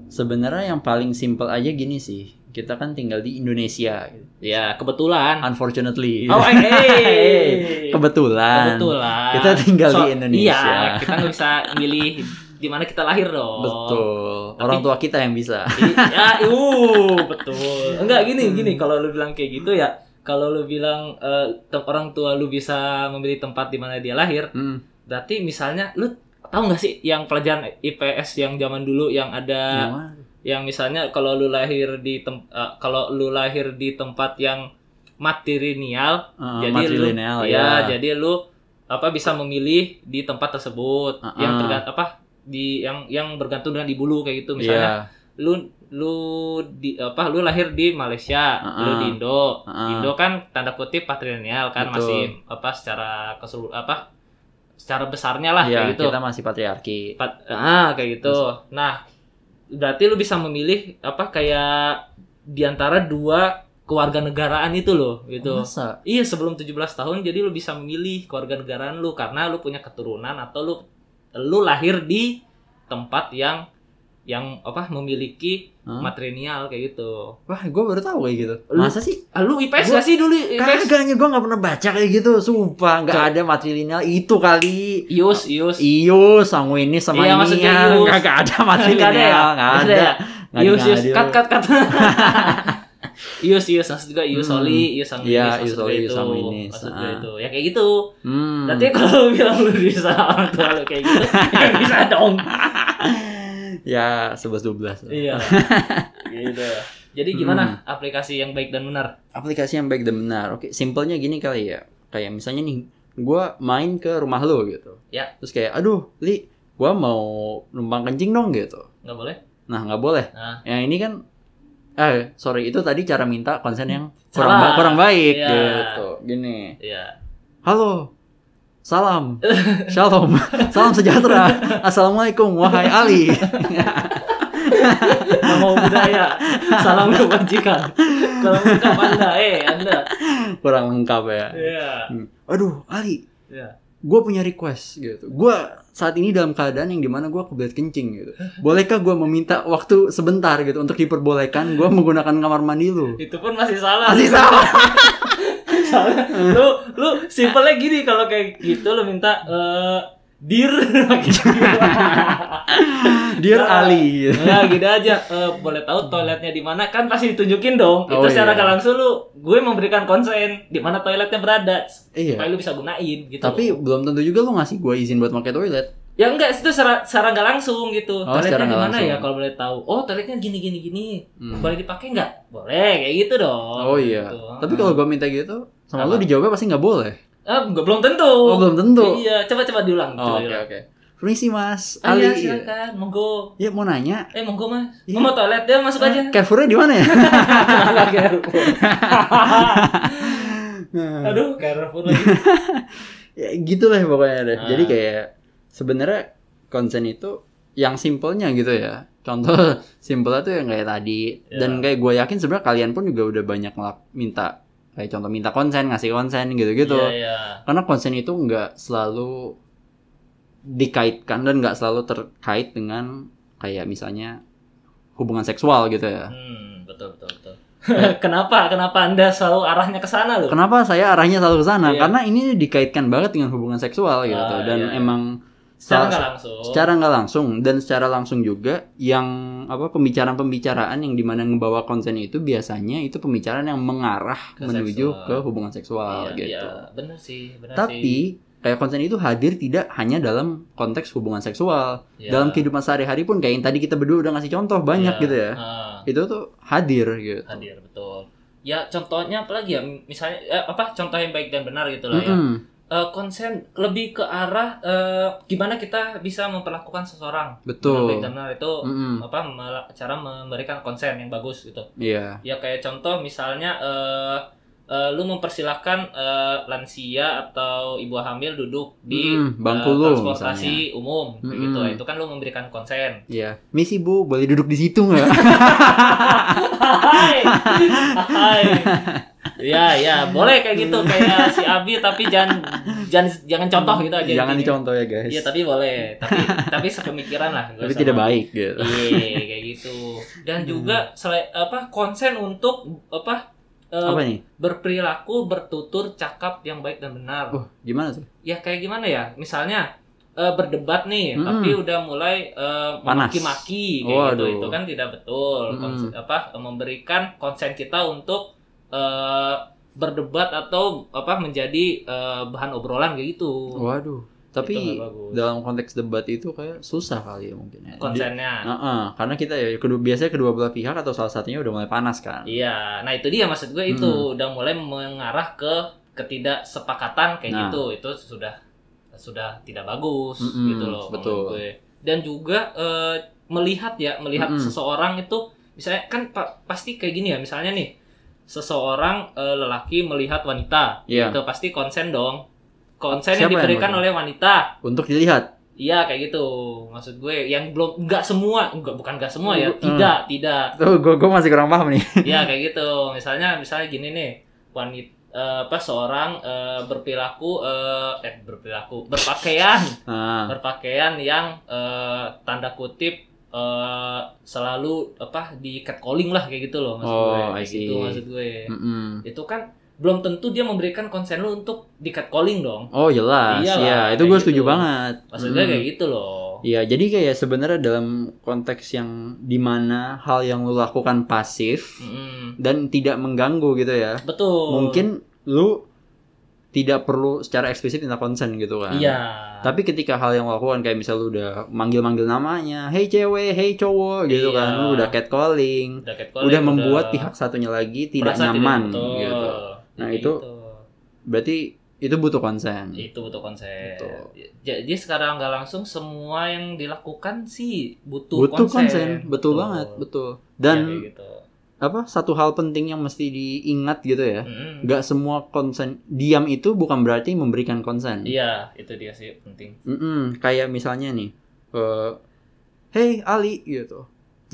[SPEAKER 1] Sebenarnya yang paling simple aja gini sih. Kita kan tinggal di Indonesia. gitu.
[SPEAKER 2] Ya, kebetulan.
[SPEAKER 1] Unfortunately. [laughs]
[SPEAKER 2] Oh, hey, hey.
[SPEAKER 1] Iya. Kebetulan.
[SPEAKER 2] Kebetulan.
[SPEAKER 1] Kita tinggal di Indonesia.
[SPEAKER 2] Iya, kita nggak bisa milih di mana kita lahir dong.
[SPEAKER 1] Betul.
[SPEAKER 2] Oh. Tapi-
[SPEAKER 1] Orang tua kita yang bisa.
[SPEAKER 2] ya, uh, betul. Enggak
[SPEAKER 1] Hmm.
[SPEAKER 2] gini, gini kalau lu bilang kayak gitu ya, kalau lu bilang eh, tem- orang tua lu bisa memilih tempat di mana dia lahir,
[SPEAKER 1] Hmm.
[SPEAKER 2] berarti misalnya lu tahu nggak sih yang pelajaran IPS yang zaman dulu yang ada
[SPEAKER 1] Gimana?
[SPEAKER 2] yang misalnya kalau lu lahir di tem- eh, kalau lu lahir di tempat yang matrilineal,
[SPEAKER 1] Eh,
[SPEAKER 2] jadi
[SPEAKER 1] matrilineal ya.
[SPEAKER 2] lu ya, jadi lu apa bisa memilih di tempat tersebut
[SPEAKER 1] Ah,
[SPEAKER 2] yang
[SPEAKER 1] ah.
[SPEAKER 2] tergantung apa di yang yang bergantung dengan ibu lu kayak gitu misalnya
[SPEAKER 1] Iya.
[SPEAKER 2] lu lu di apa lu lahir di Malaysia,
[SPEAKER 1] Heeh.
[SPEAKER 2] lu di Indo.
[SPEAKER 1] Heeh.
[SPEAKER 2] Indo kan tanda kutip patrilineal kan
[SPEAKER 1] Betul.
[SPEAKER 2] masih apa secara keseluruh apa secara besarnya lah
[SPEAKER 1] Iya,
[SPEAKER 2] kayak gitu.
[SPEAKER 1] kita masih patriarki.
[SPEAKER 2] Pat- ah kayak gitu. Nah, berarti lu bisa memilih apa kayak di antara dua kewarganegaraan itu loh gitu.
[SPEAKER 1] Masa?
[SPEAKER 2] Iya, sebelum 17 tahun jadi lu bisa memilih kewarganegaraan lu karena lu punya keturunan atau lu lu lahir di tempat yang yang apa memiliki
[SPEAKER 1] Hah?
[SPEAKER 2] matrilineal kayak gitu.
[SPEAKER 1] Wah, gue baru tahu kayak gitu.
[SPEAKER 2] Lu-
[SPEAKER 1] Masa sih?
[SPEAKER 2] Ah, lu IPS
[SPEAKER 1] Gua-
[SPEAKER 2] gak sih dulu IPS?
[SPEAKER 1] Kagaknya gue nggak pernah baca kayak gitu, sumpah nggak
[SPEAKER 2] Coba.
[SPEAKER 1] ada matrilineal itu kali.
[SPEAKER 2] Ius, Ius.
[SPEAKER 1] Iyo, sanguinis sama ini
[SPEAKER 2] Iya, maksudnya
[SPEAKER 1] ya,
[SPEAKER 2] ius.
[SPEAKER 1] kagak ada
[SPEAKER 2] Nggak ada ya?
[SPEAKER 1] matrilineal, nggak
[SPEAKER 2] Nggak
[SPEAKER 1] ada.
[SPEAKER 2] ya?
[SPEAKER 1] Nggak
[SPEAKER 2] Ius,
[SPEAKER 1] ada,
[SPEAKER 2] Ius,
[SPEAKER 1] nggak
[SPEAKER 2] cut,
[SPEAKER 1] ada.
[SPEAKER 2] cut, cut.
[SPEAKER 1] [laughs]
[SPEAKER 2] Ius, Ius, maksud gua Ius
[SPEAKER 1] Hmm.
[SPEAKER 2] Oli, Ius Sanguinis,
[SPEAKER 1] Iya,
[SPEAKER 2] maksud
[SPEAKER 1] ius
[SPEAKER 2] gua
[SPEAKER 1] oli, ius
[SPEAKER 2] itu.
[SPEAKER 1] sanguinis,
[SPEAKER 2] Maksud gua
[SPEAKER 1] ah.
[SPEAKER 2] itu. Ya kayak gitu.
[SPEAKER 1] Hmm.
[SPEAKER 2] Nanti kalau lu bilang lu bisa orang tua lu kayak gitu, ya bisa dong.
[SPEAKER 1] [laughs] ya sebelas dua belas.
[SPEAKER 2] Iya. [laughs] gitu. Jadi gimana aplikasi yang baik dan benar?
[SPEAKER 1] Aplikasi yang baik dan benar. Oke, simpelnya gini kali ya. Kayak misalnya nih, gue main ke rumah lo gitu.
[SPEAKER 2] Ya.
[SPEAKER 1] Terus kayak, aduh, li, gue mau numpang kencing dong gitu.
[SPEAKER 2] Nggak boleh?
[SPEAKER 1] Nah, nggak boleh.
[SPEAKER 2] Nah.
[SPEAKER 1] Yang ini kan eh sorry itu tadi cara minta konsen yang kurang
[SPEAKER 2] Salah.
[SPEAKER 1] ba- kurang baik
[SPEAKER 2] Iya.
[SPEAKER 1] gitu. Gini.
[SPEAKER 2] Iya.
[SPEAKER 1] Halo. Salam. Shalom. Salam sejahtera. Assalamualaikum wahai Ali.
[SPEAKER 2] Nama budaya. Salam kebajikan. Kalau lengkap Anda, eh Anda.
[SPEAKER 1] kurang lengkap ya.
[SPEAKER 2] Iya.
[SPEAKER 1] Aduh, Ali.
[SPEAKER 2] Iya.
[SPEAKER 1] Gue punya request gitu. Gue saat ini dalam keadaan yang dimana gue kebelet kencing gitu. Bolehkah gue meminta waktu sebentar gitu untuk diperbolehkan gue menggunakan kamar mandi lu?
[SPEAKER 2] Itu pun masih salah.
[SPEAKER 1] Masih sama.
[SPEAKER 2] [laughs] Soalnya lu lu simpelnya gini kalau kayak gitu lu minta eh [laughs] dir gitu.
[SPEAKER 1] Dear Ali. gitu.
[SPEAKER 2] Ya gitu aja. Eh, boleh tahu toiletnya di mana? Kan pasti ditunjukin dong. Itu
[SPEAKER 1] Oh, iya.
[SPEAKER 2] secara nggak langsung lu gue memberikan konsen di mana toiletnya berada.
[SPEAKER 1] Iya.
[SPEAKER 2] Supaya lu bisa gunain gitu.
[SPEAKER 1] Tapi
[SPEAKER 2] loh.
[SPEAKER 1] belum tentu juga lu ngasih gue izin buat pakai toilet.
[SPEAKER 2] ya enggak itu secara secara nggak langsung gitu.
[SPEAKER 1] Oh, secara
[SPEAKER 2] toiletnya di
[SPEAKER 1] nggak
[SPEAKER 2] mana ya
[SPEAKER 1] langsung.
[SPEAKER 2] kalau boleh tahu? Oh, toiletnya gini gini gini.
[SPEAKER 1] Hmm.
[SPEAKER 2] Boleh dipakai nggak? Boleh kayak gitu dong.
[SPEAKER 1] Oh iya.
[SPEAKER 2] Gitu.
[SPEAKER 1] Tapi kalau gue minta gitu, sama
[SPEAKER 2] Apa?
[SPEAKER 1] lu dijawabnya pasti nggak boleh.
[SPEAKER 2] Ah, nggak- belum tentu.
[SPEAKER 1] Oh, belum tentu.
[SPEAKER 2] Iya, coba-coba diulang.
[SPEAKER 1] Oh,
[SPEAKER 2] coba
[SPEAKER 1] Oke
[SPEAKER 2] diulang.
[SPEAKER 1] oke. Permisi mas,
[SPEAKER 2] Ah,
[SPEAKER 1] Ali.
[SPEAKER 2] iya, silakan. Monggo.
[SPEAKER 1] Ya mau nanya,
[SPEAKER 2] Eh, monggo, Mas.
[SPEAKER 1] Iya.
[SPEAKER 2] Mau mau toilet ya, masuk
[SPEAKER 1] [laughs]
[SPEAKER 2] aja.
[SPEAKER 1] Carrefournya di
[SPEAKER 2] [laughs]
[SPEAKER 1] mana ya? Nah,
[SPEAKER 2] Aduh, Carrefour lagi.
[SPEAKER 1] [laughs] ya, gitu lah pokoknya deh.
[SPEAKER 2] Ah.
[SPEAKER 1] Jadi kayak sebenarnya konsen itu yang simpelnya gitu ya. Contoh [laughs] simpelnya tuh yang kayak tadi.
[SPEAKER 2] Iya.
[SPEAKER 1] Dan kayak gue yakin sebenarnya kalian pun juga udah banyak ngelak- minta kayak contoh minta konsen, ngasih konsen gitu-gitu.
[SPEAKER 2] Iya, iya.
[SPEAKER 1] karena konsen itu nggak selalu dikaitkan dan nggak selalu terkait dengan kayak misalnya hubungan seksual gitu ya.
[SPEAKER 2] Hmm, betul betul betul. [laughs] kenapa? Kenapa Anda selalu arahnya ke sana loh?
[SPEAKER 1] Kenapa saya arahnya selalu ke sana?
[SPEAKER 2] Iya.
[SPEAKER 1] Karena ini dikaitkan banget dengan hubungan seksual gitu
[SPEAKER 2] Ah,
[SPEAKER 1] dan
[SPEAKER 2] iya.
[SPEAKER 1] emang
[SPEAKER 2] Secara
[SPEAKER 1] salah-
[SPEAKER 2] nggak langsung.
[SPEAKER 1] secara nggak langsung dan secara langsung juga yang apa pembicaraan-pembicaraan yang dimana ngebawa konsen itu biasanya itu pembicaraan yang mengarah
[SPEAKER 2] Ke
[SPEAKER 1] menuju
[SPEAKER 2] seksual.
[SPEAKER 1] ke hubungan seksual
[SPEAKER 2] iya,
[SPEAKER 1] gitu.
[SPEAKER 2] Iya, benar sih, benar sih.
[SPEAKER 1] Tapi kayak konsen itu hadir tidak hanya dalam konteks hubungan seksual,
[SPEAKER 2] Iya.
[SPEAKER 1] dalam kehidupan sehari-hari pun kayak yang tadi kita berdua udah ngasih contoh banyak
[SPEAKER 2] Iya.
[SPEAKER 1] gitu ya
[SPEAKER 2] Ah,
[SPEAKER 1] itu tuh hadir gitu
[SPEAKER 2] hadir betul. Ya contohnya apa lagi ya? Misalnya eh, apa contoh yang baik dan benar gitu lah ya.
[SPEAKER 1] Mm-mm.
[SPEAKER 2] Eh, konsen lebih ke arah eh, gimana kita bisa memperlakukan seseorang
[SPEAKER 1] betul
[SPEAKER 2] Dengan baik dan benar itu
[SPEAKER 1] Mm-mm.
[SPEAKER 2] apa mela- cara memberikan konsen yang bagus gitu
[SPEAKER 1] iya
[SPEAKER 2] ya kayak contoh misalnya eh eh, lu mempersilahkan eh, lansia atau ibu hamil duduk di
[SPEAKER 1] Mm, bangku
[SPEAKER 2] eh,
[SPEAKER 1] lu,
[SPEAKER 2] transportasi umum kayak
[SPEAKER 1] Mm-mm.
[SPEAKER 2] gitu itu kan lu memberikan konsen
[SPEAKER 1] iya misi bu boleh duduk di situ nggak [laughs]
[SPEAKER 2] hai hai ya ya boleh kayak gitu kayak si Abi tapi jangan jangan jangan [laughs] contoh gitu aja
[SPEAKER 1] Jangan
[SPEAKER 2] intinya.
[SPEAKER 1] dicontoh ya guys.
[SPEAKER 2] Iya tapi boleh, tapi tapi sepemikiran lah. gua
[SPEAKER 1] Tapi
[SPEAKER 2] sama-
[SPEAKER 1] tidak baik gitu.
[SPEAKER 2] Iya kayak gitu. Dan
[SPEAKER 1] Hmm.
[SPEAKER 2] juga sele- apa konsen untuk apa, eh,
[SPEAKER 1] Apa nih?
[SPEAKER 2] berperilaku bertutur cakap yang baik dan benar.
[SPEAKER 1] Oh, gimana tuh?
[SPEAKER 2] Ya kayak gimana ya? Misalnya eh, berdebat nih,
[SPEAKER 1] Mm-mm.
[SPEAKER 2] tapi udah mulai eh,
[SPEAKER 1] Hmm. Panas.
[SPEAKER 2] maki-maki kayak gitu
[SPEAKER 1] Waduh. Hmm.
[SPEAKER 2] itu kan tidak betul. Konsen- apa memberikan konsen kita untuk eh, berdebat atau apa menjadi eh, bahan obrolan kayak gitu.
[SPEAKER 1] Waduh.
[SPEAKER 2] Itu
[SPEAKER 1] Oh, Tapi
[SPEAKER 2] nggak bagus.
[SPEAKER 1] dalam konteks debat itu kayak susah kali ya mungkin ya.
[SPEAKER 2] konsennya.
[SPEAKER 1] Di- Heeh, karena kita ya kedua biasanya kedua belah pihak atau salah satunya udah mulai panas kan.
[SPEAKER 2] Iya, nah itu dia maksud gue itu
[SPEAKER 1] Hmm.
[SPEAKER 2] udah mulai mengarah ke ketidaksepakatan kayak
[SPEAKER 1] Nah.
[SPEAKER 2] gitu. Itu sudah sudah tidak bagus
[SPEAKER 1] Mm-mm,
[SPEAKER 2] gitu loh menurut
[SPEAKER 1] betul.
[SPEAKER 2] gue. Dan juga eh, melihat ya, melihat
[SPEAKER 1] Mm-mm.
[SPEAKER 2] seseorang itu misalnya kan pa- pasti kayak gini ya, misalnya nih seseorang eh, lelaki melihat wanita,
[SPEAKER 1] Iya.
[SPEAKER 2] itu pasti konsen dong. Konsen
[SPEAKER 1] Siapa yang
[SPEAKER 2] yang diberikan
[SPEAKER 1] mau?
[SPEAKER 2] oleh wanita.
[SPEAKER 1] Untuk dilihat.
[SPEAKER 2] Iya kayak gitu. Maksud gue yang belum nggak semua, enggak bukan nggak semua ya.
[SPEAKER 1] Mm.
[SPEAKER 2] Tidak, tidak
[SPEAKER 1] Tuh, gue masih kurang paham nih.
[SPEAKER 2] ya kayak gitu misalnya misalnya gini nih wanita apa seorang eh, berperilaku eh, eh berperilaku berpakaian
[SPEAKER 1] Nah,
[SPEAKER 2] berpakaian yang eh, tanda kutip eh, selalu apa di catcalling lah kayak gitu loh maksud
[SPEAKER 1] Oh,
[SPEAKER 2] gue
[SPEAKER 1] I
[SPEAKER 2] kayak
[SPEAKER 1] see.
[SPEAKER 2] gitu maksud gue
[SPEAKER 1] mm-mm.
[SPEAKER 2] itu kan belum tentu dia memberikan konsen lu untuk di catcalling dong
[SPEAKER 1] Oh jelas, ya
[SPEAKER 2] Iyalah,
[SPEAKER 1] itu
[SPEAKER 2] kayak
[SPEAKER 1] gue setuju
[SPEAKER 2] gitu.
[SPEAKER 1] banget.
[SPEAKER 2] maksudnya
[SPEAKER 1] Mm.
[SPEAKER 2] kayak gitu loh
[SPEAKER 1] Iya, jadi kayak sebenarnya dalam konteks yang dimana hal yang lu lakukan pasif
[SPEAKER 2] Mm-mm.
[SPEAKER 1] dan tidak mengganggu gitu ya,
[SPEAKER 2] Hmm. betul
[SPEAKER 1] mungkin lu tidak perlu secara eksplisit minta konsen gitu kan.
[SPEAKER 2] iya
[SPEAKER 1] Tapi ketika hal yang lu lakukan kayak misal lu udah manggil-manggil namanya, hey cewek, hey cowok gitu
[SPEAKER 2] Iya.
[SPEAKER 1] kan, lu udah catcalling,
[SPEAKER 2] udah catcalling,
[SPEAKER 1] udah membuat
[SPEAKER 2] udah
[SPEAKER 1] pihak satunya lagi tidak
[SPEAKER 2] merasa
[SPEAKER 1] nyaman
[SPEAKER 2] betul.
[SPEAKER 1] gitu. Nah,
[SPEAKER 2] Kayak gitu.
[SPEAKER 1] itu- Berarti itu butuh konsen.
[SPEAKER 2] itu butuh konsen.
[SPEAKER 1] Betul.
[SPEAKER 2] Jadi sekarang nggak langsung semua yang dilakukan sih butuh,
[SPEAKER 1] butuh konsen,
[SPEAKER 2] konsen.
[SPEAKER 1] betul, banget, betul. Dan
[SPEAKER 2] Ya, kayak gitu.
[SPEAKER 1] apa satu hal penting yang mesti diingat gitu ya
[SPEAKER 2] Mm-mm.
[SPEAKER 1] nggak semua konsen diam itu bukan berarti memberikan konsen
[SPEAKER 2] Iya, itu dia sih
[SPEAKER 1] [laughs]
[SPEAKER 2] penting.
[SPEAKER 1] Mm-mm, kayak misalnya nih eh hey Ali gitu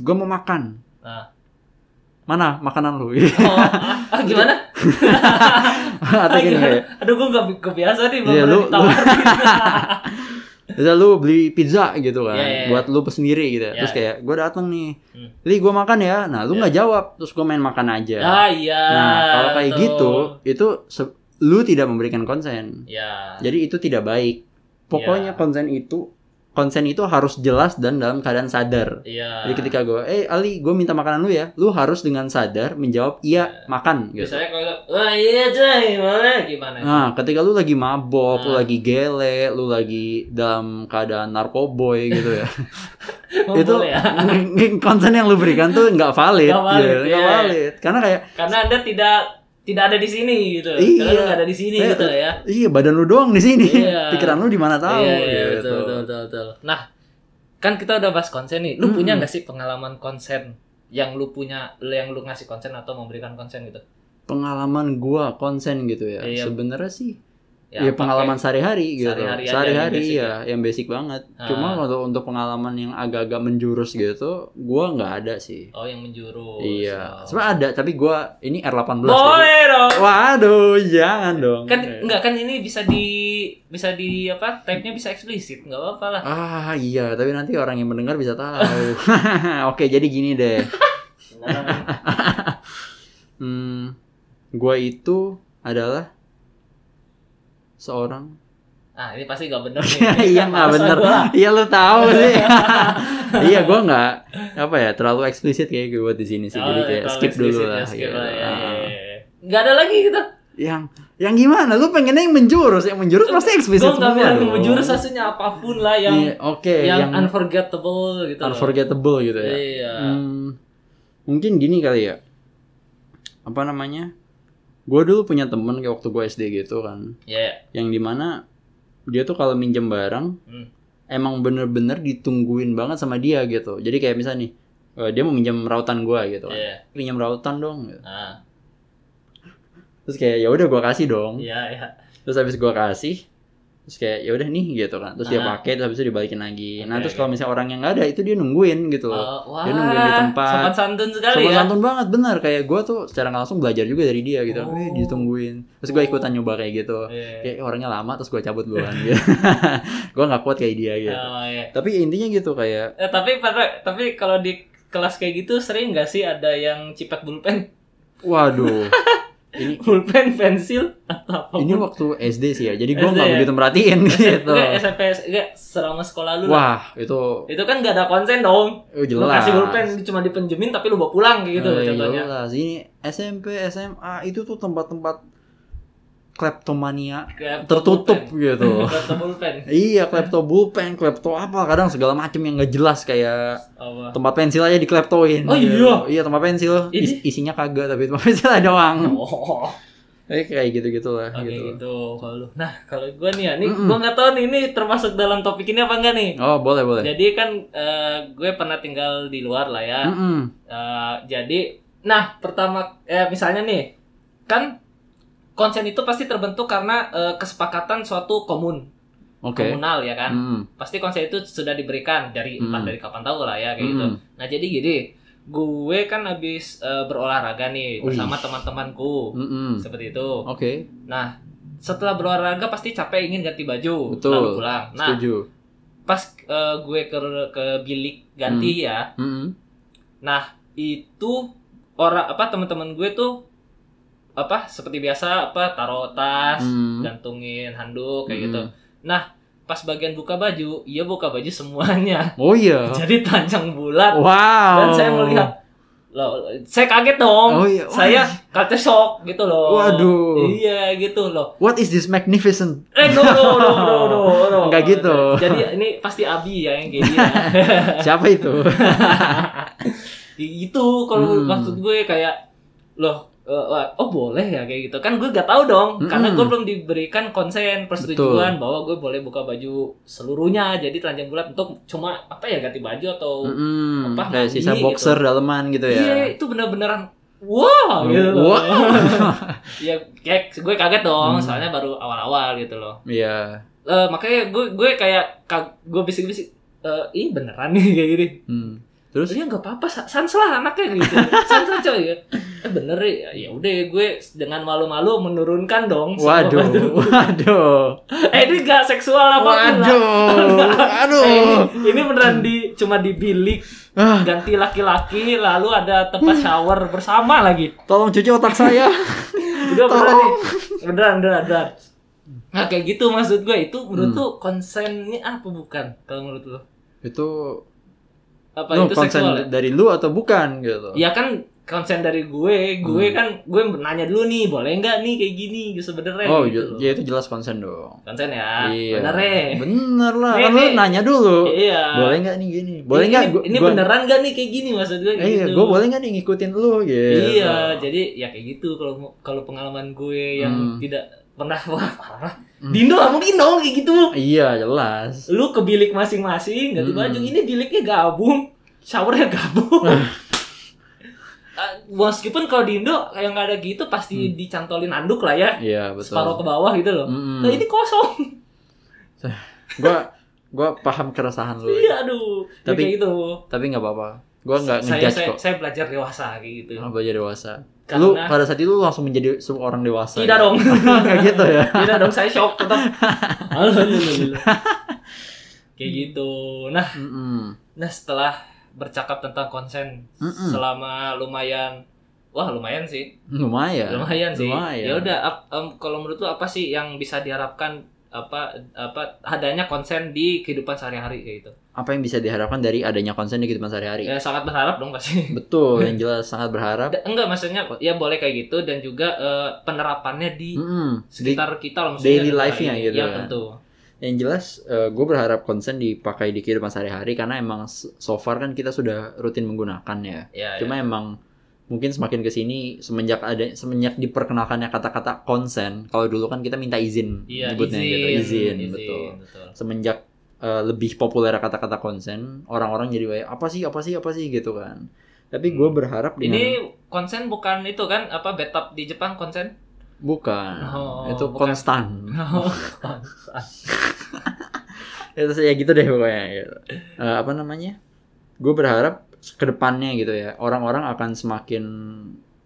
[SPEAKER 1] gue mau makan
[SPEAKER 2] Nah.
[SPEAKER 1] mana makanan lu [laughs]
[SPEAKER 2] Oh, ah, ah, gimana?
[SPEAKER 1] atau gini
[SPEAKER 2] Gimana?
[SPEAKER 1] kayak
[SPEAKER 2] Aduh, gue nggak kebiasa nih belum
[SPEAKER 1] Iya,
[SPEAKER 2] pernah
[SPEAKER 1] lu-
[SPEAKER 2] ditawarin.
[SPEAKER 1] misal lu beli pizza gitu kan
[SPEAKER 2] Iya, iya, iya.
[SPEAKER 1] buat lu sendiri gitu
[SPEAKER 2] Iya.
[SPEAKER 1] terus kayak gue datang nih
[SPEAKER 2] Hmm.
[SPEAKER 1] Li gue makan ya nah lu
[SPEAKER 2] Iya.
[SPEAKER 1] nggak jawab terus gue main makan aja
[SPEAKER 2] [laughs] Ah, iya.
[SPEAKER 1] nah kalau kayak
[SPEAKER 2] betul.
[SPEAKER 1] gitu itu se- lu tidak memberikan konsen
[SPEAKER 2] ya.
[SPEAKER 1] Jadi itu tidak baik. Pokoknya
[SPEAKER 2] Iya.
[SPEAKER 1] konsen itu konsen itu harus jelas dan dalam keadaan sadar.
[SPEAKER 2] Iya.
[SPEAKER 1] Jadi ketika gue, eh Ali, gue minta makanan lu ya, lu harus dengan sadar menjawab iya
[SPEAKER 2] Iya.
[SPEAKER 1] makan. Gitu.
[SPEAKER 2] biasanya kalau wah iya cuy, gimana gimana?
[SPEAKER 1] Nah, ketika lu lagi mabok, lu
[SPEAKER 2] Nah.
[SPEAKER 1] lagi gele, lu lagi dalam keadaan narkoboy gitu
[SPEAKER 2] [laughs]
[SPEAKER 1] ya,
[SPEAKER 2] Mau
[SPEAKER 1] itu
[SPEAKER 2] boleh ya?
[SPEAKER 1] [laughs] konsen yang lu berikan tuh nggak valid,
[SPEAKER 2] Nggak valid,
[SPEAKER 1] gitu. nggak
[SPEAKER 2] iya.
[SPEAKER 1] valid. Karena kayak,
[SPEAKER 2] Karena Anda tidak tidak ada di sini
[SPEAKER 1] Iya.
[SPEAKER 2] gitu. Karena lu nggak ada di sini
[SPEAKER 1] Eh,
[SPEAKER 2] gitu ya.
[SPEAKER 1] iya badan lu doang di sini,
[SPEAKER 2] Iya.
[SPEAKER 1] [laughs] pikiran lu di mana tahu.
[SPEAKER 2] Iya, iya,
[SPEAKER 1] gitu.
[SPEAKER 2] betul, betul, betul, betul. Nah, kan kita udah bahas konsen nih. Lu
[SPEAKER 1] Mm-mm.
[SPEAKER 2] punya nggak sih pengalaman konsen yang lu punya, yang lu ngasih konsen atau memberikan konsen gitu?
[SPEAKER 1] Pengalaman gua konsen gitu ya,
[SPEAKER 2] Iya.
[SPEAKER 1] sebenarnya sih ya,
[SPEAKER 2] apa
[SPEAKER 1] pengalaman sehari-hari gitu
[SPEAKER 2] sehari-hari aja
[SPEAKER 1] sehari-hari
[SPEAKER 2] yang basic
[SPEAKER 1] ya yang basic banget
[SPEAKER 2] Ah.
[SPEAKER 1] cuma untuk untuk pengalaman yang agak-agak menjurus gitu gua nggak ada sih
[SPEAKER 2] kayak- Oh, yang menjurus.
[SPEAKER 1] iya
[SPEAKER 2] Oh.
[SPEAKER 1] sebenarnya ada tapi gua ini R18 jadi-
[SPEAKER 2] Boleh dong.
[SPEAKER 1] waduh jangan dong Eh.
[SPEAKER 2] Kan enggak kan ini bisa di bisa di apa? Type-nya bisa eksplisit, nggak apa-apa
[SPEAKER 1] [laughs]
[SPEAKER 2] lah.
[SPEAKER 1] ah iya tapi nanti orang yang mendengar bisa tahu [laughs] oke jadi gini deh hmm, gua itu adalah seorang
[SPEAKER 2] Ah, ini pasti nggak bener nih.
[SPEAKER 1] [laughs] iya nggak
[SPEAKER 2] Males lah
[SPEAKER 1] bener
[SPEAKER 2] kan gua.
[SPEAKER 1] iya lu tahu
[SPEAKER 2] [laughs]
[SPEAKER 1] sih iya gua nggak apa ya terlalu eksplisit kayak gue buat di sini sih jadi
[SPEAKER 2] Oh,
[SPEAKER 1] kayak
[SPEAKER 2] terlalu
[SPEAKER 1] skip dulu
[SPEAKER 2] eksplisit ya,
[SPEAKER 1] lah
[SPEAKER 2] skip
[SPEAKER 1] gitu.
[SPEAKER 2] lah, ya, ya,
[SPEAKER 1] Ah.
[SPEAKER 2] ya. Nggak ada lagi gitu.
[SPEAKER 1] yang yang gimana lu pengennya yang menjurus yang menjurus pasti
[SPEAKER 2] Gue
[SPEAKER 1] eksplisit
[SPEAKER 2] nggak
[SPEAKER 1] semua
[SPEAKER 2] bilang
[SPEAKER 1] dong.
[SPEAKER 2] menjurus maksudnya apapun lah yang
[SPEAKER 1] Iya, oke
[SPEAKER 2] yang,
[SPEAKER 1] yang,
[SPEAKER 2] unforgettable gitu. loh.
[SPEAKER 1] unforgettable gitu ya
[SPEAKER 2] Iya.
[SPEAKER 1] Hmm, mungkin gini kali ya apa namanya gue dulu punya temen kayak waktu gue SD gitu kan
[SPEAKER 2] Ya.
[SPEAKER 1] yang dimana dia tuh kalau minjem barang
[SPEAKER 2] Hmm.
[SPEAKER 1] emang bener-bener ditungguin banget sama dia gitu. Jadi kayak misalnya nih, eh, dia mau minjam rautan gua gitu kan.
[SPEAKER 2] Iya.
[SPEAKER 1] Pinjam rautan dong. gitu.
[SPEAKER 2] Ah.
[SPEAKER 1] Terus kayak ya udah gua kasih dong.
[SPEAKER 2] Iya, iya.
[SPEAKER 1] Terus habis gua kasih, terus kayak ya udah nih gitu kan terus dia
[SPEAKER 2] Ah.
[SPEAKER 1] pakai terus habis itu dibalikin lagi nah
[SPEAKER 2] Oke,
[SPEAKER 1] terus
[SPEAKER 2] oke.
[SPEAKER 1] kalau misalnya orang yang nggak ada itu dia nungguin gitu loh
[SPEAKER 2] Eh, wah,
[SPEAKER 1] Dia nungguin di tempat.
[SPEAKER 2] sopan santun sekali
[SPEAKER 1] sopan
[SPEAKER 2] ya.
[SPEAKER 1] santun banget bener kayak gue tuh secara nggak langsung belajar juga dari dia gitu
[SPEAKER 2] Oh.
[SPEAKER 1] eh, ditungguin terus gue ikutan nyoba kayak gitu
[SPEAKER 2] Iya.
[SPEAKER 1] kayak orangnya lama terus gue cabut duluan gitu [laughs] gue nggak kuat kayak dia gitu
[SPEAKER 2] Oh, iya.
[SPEAKER 1] tapi intinya gitu kayak
[SPEAKER 2] Eh, tapi pada- tapi kalau di kelas kayak gitu sering nggak sih ada yang cipet [laughs] bulpen, [laughs]
[SPEAKER 1] waduh ini
[SPEAKER 2] bulpen, pensil atau apa?
[SPEAKER 1] ini
[SPEAKER 2] [laughs]
[SPEAKER 1] waktu SD sih ya jadi gue
[SPEAKER 2] SD
[SPEAKER 1] nggak
[SPEAKER 2] ya?
[SPEAKER 1] begitu
[SPEAKER 2] [laughs]
[SPEAKER 1] merhatiin gitu
[SPEAKER 2] Enggak, SMP enggak selama sekolah lu. lah.
[SPEAKER 1] wah itu
[SPEAKER 2] Itu kan nggak ada konsen dong.
[SPEAKER 1] oh,
[SPEAKER 2] Lu
[SPEAKER 1] jelas
[SPEAKER 2] kasih bulpen cuma dipenjemin tapi lu bawa pulang kayak gitu
[SPEAKER 1] Eh,
[SPEAKER 2] contohnya.
[SPEAKER 1] jelas ini SMP SMA itu tuh tempat-tempat kleptomania
[SPEAKER 2] Kayak
[SPEAKER 1] tertutup
[SPEAKER 2] bulpen. [laughs]
[SPEAKER 1] gitu
[SPEAKER 2] Klepto bulpen.
[SPEAKER 1] Iya, klepto bulpen, klepto apa, kadang segala macem yang gak jelas kayak
[SPEAKER 2] Apa?
[SPEAKER 1] tempat pensil aja dikleptoin.
[SPEAKER 2] Oh,
[SPEAKER 1] Gitu.
[SPEAKER 2] iya?
[SPEAKER 1] Iya, tempat pensil.
[SPEAKER 2] Ini?
[SPEAKER 1] Is- isinya kagak tapi tempat [laughs] pensil ada doang.
[SPEAKER 2] Oh.
[SPEAKER 1] Jadi kayak gitu-gitu lah
[SPEAKER 2] Oke
[SPEAKER 1] gitu.
[SPEAKER 2] gitu kalau lu. Nah, kalau gua nih ya, nih
[SPEAKER 1] Mm-mm.
[SPEAKER 2] gua nggak tahu nih ini termasuk dalam topik ini apa enggak nih.
[SPEAKER 1] Oh, boleh, boleh.
[SPEAKER 2] Jadi kan eh, gue pernah tinggal di luar lah ya.
[SPEAKER 1] Mm-mm.
[SPEAKER 2] Eh, jadi nah pertama eh misalnya nih kan konsen itu pasti terbentuk karena eh, kesepakatan suatu komun
[SPEAKER 1] Oke.
[SPEAKER 2] komunal ya kan
[SPEAKER 1] Mm-mm.
[SPEAKER 2] pasti konsen itu sudah diberikan dari
[SPEAKER 1] Hmm.
[SPEAKER 2] entah dari kapan tahu lah ya kayak gitu
[SPEAKER 1] Mm-mm.
[SPEAKER 2] nah jadi gini gue kan habis eh, berolahraga nih
[SPEAKER 1] Wih. Mm.
[SPEAKER 2] bersama teman-temanku
[SPEAKER 1] Mm-mm.
[SPEAKER 2] seperti itu
[SPEAKER 1] Oke,
[SPEAKER 2] nah setelah berolahraga pasti capek ingin ganti baju
[SPEAKER 1] Betul.
[SPEAKER 2] lalu pulang nah
[SPEAKER 1] setuju.
[SPEAKER 2] pas eh, gue ke ke bilik
[SPEAKER 1] Hmm.
[SPEAKER 2] ganti ya
[SPEAKER 1] Mm-mm.
[SPEAKER 2] itu orang apa teman-teman gue tuh apa seperti biasa apa taruh tas
[SPEAKER 1] Mm.
[SPEAKER 2] gantungin handuk kayak
[SPEAKER 1] Mm.
[SPEAKER 2] gitu pas bagian buka baju iya buka baju semuanya [laughs]
[SPEAKER 1] Oh iya.
[SPEAKER 2] jadi tancang bulat
[SPEAKER 1] Wow.
[SPEAKER 2] dan saya melihat loh saya kaget dong
[SPEAKER 1] Oh iya. Wah,
[SPEAKER 2] saya culture shock gitu loh
[SPEAKER 1] Waduh.
[SPEAKER 2] iya gitu loh
[SPEAKER 1] What is this magnificent?
[SPEAKER 2] eh no no no no no, no.
[SPEAKER 1] [laughs] Nggak gitu.
[SPEAKER 2] jadi ini pasti abi ya yang kayak
[SPEAKER 1] [laughs]
[SPEAKER 2] gini ya.
[SPEAKER 1] Siapa
[SPEAKER 2] [laughs]
[SPEAKER 1] itu?
[SPEAKER 2] gitu kalau
[SPEAKER 1] Hmm.
[SPEAKER 2] maksud gue kayak loh eh, wah, oh boleh ya kayak gitu kan gue gak tahu dong
[SPEAKER 1] Mm-mm.
[SPEAKER 2] karena gue belum diberikan konsen persetujuan bahwa gue boleh buka baju seluruhnya jadi telanjang bulat untuk cuma apa ya ganti baju atau
[SPEAKER 1] Mm-mm.
[SPEAKER 2] Apa,
[SPEAKER 1] Kayak
[SPEAKER 2] mandi,
[SPEAKER 1] sisa
[SPEAKER 2] gitu.
[SPEAKER 1] boxer daleman gitu ya.
[SPEAKER 2] iya itu bener-beneran wow gitu loh [laughs]
[SPEAKER 1] Wow.
[SPEAKER 2] ya kayak gue kaget dong
[SPEAKER 1] Hmm.
[SPEAKER 2] soalnya baru awal-awal gitu loh
[SPEAKER 1] Iya.
[SPEAKER 2] Eh, makanya gue gue kayak kag- gue bisik-bisik eh ih beneran nih kayak gini
[SPEAKER 1] Hmm. Terus
[SPEAKER 2] Terus dia "Iya, nggak apa-apa, sa- sans lah anaknya gitu. sans lah coy ya. Eh bener ya, ya udah ya, gue dengan malu-malu menurunkan dong. semua
[SPEAKER 1] Waduh,
[SPEAKER 2] baju.
[SPEAKER 1] [laughs] waduh,
[SPEAKER 2] Eh ini gak seksual apa
[SPEAKER 1] waduh,
[SPEAKER 2] [laughs] Eh, ini,
[SPEAKER 1] aduh.
[SPEAKER 2] ini beneran di cuma di bilik
[SPEAKER 1] Ah,
[SPEAKER 2] ganti laki-laki lalu ada tempat shower bersama lagi.
[SPEAKER 1] tolong cuci otak
[SPEAKER 2] [laughs]
[SPEAKER 1] saya.
[SPEAKER 2] Udah beneran nih. Beneran, beneran, beneran. Nah kayak gitu maksud gue itu menurut
[SPEAKER 1] Hmm.
[SPEAKER 2] tuh konsennya apa bukan kalau menurut lo?
[SPEAKER 1] Itu
[SPEAKER 2] Apa
[SPEAKER 1] lu
[SPEAKER 2] itu
[SPEAKER 1] konsen
[SPEAKER 2] seksual? ya?
[SPEAKER 1] dari lu atau bukan gitu?
[SPEAKER 2] Ya kan konsen dari gue, gue
[SPEAKER 1] Hmm.
[SPEAKER 2] kan gue nanya dulu nih, boleh nggak nih kayak gini gitu sebenarnya
[SPEAKER 1] oh,
[SPEAKER 2] gitu
[SPEAKER 1] je-
[SPEAKER 2] loh.
[SPEAKER 1] ya itu jelas konsen dong.
[SPEAKER 2] Konsen ya.
[SPEAKER 1] Iya.
[SPEAKER 2] Bener ya.
[SPEAKER 1] Bener lah,
[SPEAKER 2] Nih,
[SPEAKER 1] kan lu
[SPEAKER 2] nih.
[SPEAKER 1] nanya dulu.
[SPEAKER 2] Iya.
[SPEAKER 1] Boleh nggak nih gini? Boleh
[SPEAKER 2] Ini-
[SPEAKER 1] nggak?
[SPEAKER 2] Ini,
[SPEAKER 1] gua-
[SPEAKER 2] ini
[SPEAKER 1] gua-
[SPEAKER 2] beneran nggak nih kayak gini maksud gue
[SPEAKER 1] Eh, iya,
[SPEAKER 2] gitu.
[SPEAKER 1] gue boleh nggak nih ngikutin lu gitu?
[SPEAKER 2] Iya, jadi ya kayak gitu kalau mau- kalau pengalaman gue yang
[SPEAKER 1] Hmm.
[SPEAKER 2] tidak pernah [laughs] wah parah. lah.
[SPEAKER 1] Hmm.
[SPEAKER 2] Dindo lah, mungkin dong kayak gitu.
[SPEAKER 1] Iya, jelas.
[SPEAKER 2] Lu ke bilik masing-masing, ganti
[SPEAKER 1] Hmm.
[SPEAKER 2] baju. Ini biliknya gabung, showernya
[SPEAKER 1] [laughs]
[SPEAKER 2] gabung. Ah, Meskipun kalau di Indo yang nggak ada gitu pasti
[SPEAKER 1] Hmm.
[SPEAKER 2] dicantolin anduk lah ya.
[SPEAKER 1] Iya, betul. Hmm.
[SPEAKER 2] separuh ke bawah gitu loh.
[SPEAKER 1] Mm-mm.
[SPEAKER 2] Nah ini kosong.
[SPEAKER 1] Gua, gua paham keresahan lu.
[SPEAKER 2] Iya aduh. Ya,
[SPEAKER 1] Tapi-
[SPEAKER 2] kayak gitu.
[SPEAKER 1] Tapi nggak apa-apa. Gua nggak
[SPEAKER 2] Saya,
[SPEAKER 1] ngejudge
[SPEAKER 2] saya,
[SPEAKER 1] kok. Oh,
[SPEAKER 2] saya belajar dewasa kayak gitu.
[SPEAKER 1] Apa aja dewasa.
[SPEAKER 2] Karena
[SPEAKER 1] Lu pada saat itu lu langsung menjadi semua orang dewasa. gitu?
[SPEAKER 2] tidak
[SPEAKER 1] [laughs]
[SPEAKER 2] dong. [laughs]
[SPEAKER 1] Nggak gitu ya.
[SPEAKER 2] tidak dong saya shock
[SPEAKER 1] [laughs]
[SPEAKER 2] tetap. Halo, halo, halo, halo. kayak gitu. Nah,
[SPEAKER 1] Mm-mm.
[SPEAKER 2] nah setelah bercakap tentang konsen
[SPEAKER 1] Mm-mm.
[SPEAKER 2] selama lumayan Wah lumayan sih,
[SPEAKER 1] Lumayan.
[SPEAKER 2] lumayan
[SPEAKER 1] Ya,
[SPEAKER 2] sih.
[SPEAKER 1] Lumayan.
[SPEAKER 2] Ya udah, ap- em, kalau menurut lu apa sih yang bisa diharapkan apa apa adanya konsen di kehidupan sehari-hari kayak gitu?
[SPEAKER 1] Apa yang bisa diharapkan dari adanya konsen di kehidupan sehari-hari?
[SPEAKER 2] Ya sangat berharap dong pasti.
[SPEAKER 1] Betul, yang jelas sangat berharap.
[SPEAKER 2] Da- enggak maksudnya ya boleh kayak gitu dan juga eh, penerapannya di
[SPEAKER 1] Mm-mm. Hmm. Di-
[SPEAKER 2] sekitar kita loh maksudnya
[SPEAKER 1] daily
[SPEAKER 2] Iya,
[SPEAKER 1] life-nya gitu
[SPEAKER 2] iya,
[SPEAKER 1] kan.
[SPEAKER 2] tentu
[SPEAKER 1] yang jelas gue berharap konsen dipakai di kehidupan sehari-hari karena emang s- so far kan kita sudah rutin menggunakan ya.
[SPEAKER 2] ya
[SPEAKER 1] Cuma emang mungkin semakin ke sini semenjak ada semenjak diperkenalkannya kata-kata konsen, kalau dulu kan kita minta izin
[SPEAKER 2] iya
[SPEAKER 1] nyebutnya gitu, izin, betul.
[SPEAKER 2] betul.
[SPEAKER 1] Semenjak eh, lebih populer kata-kata konsen, orang-orang jadi kayak apa sih apa sih apa sih gitu
[SPEAKER 2] Hmm.
[SPEAKER 1] kan. Tapi gue berharap dengan
[SPEAKER 2] ini konsen bukan itu kan apa bathtub di Jepang konsen
[SPEAKER 1] Bukan.
[SPEAKER 2] Oh,
[SPEAKER 1] Nah, itu
[SPEAKER 2] bukan. [laughs] Oh,
[SPEAKER 1] konstan. Gitu. itu sih, ya gitu deh pokoknya. gitu. Eh, apa namanya? Gue berharap kedepannya gitu ya orang-orang akan semakin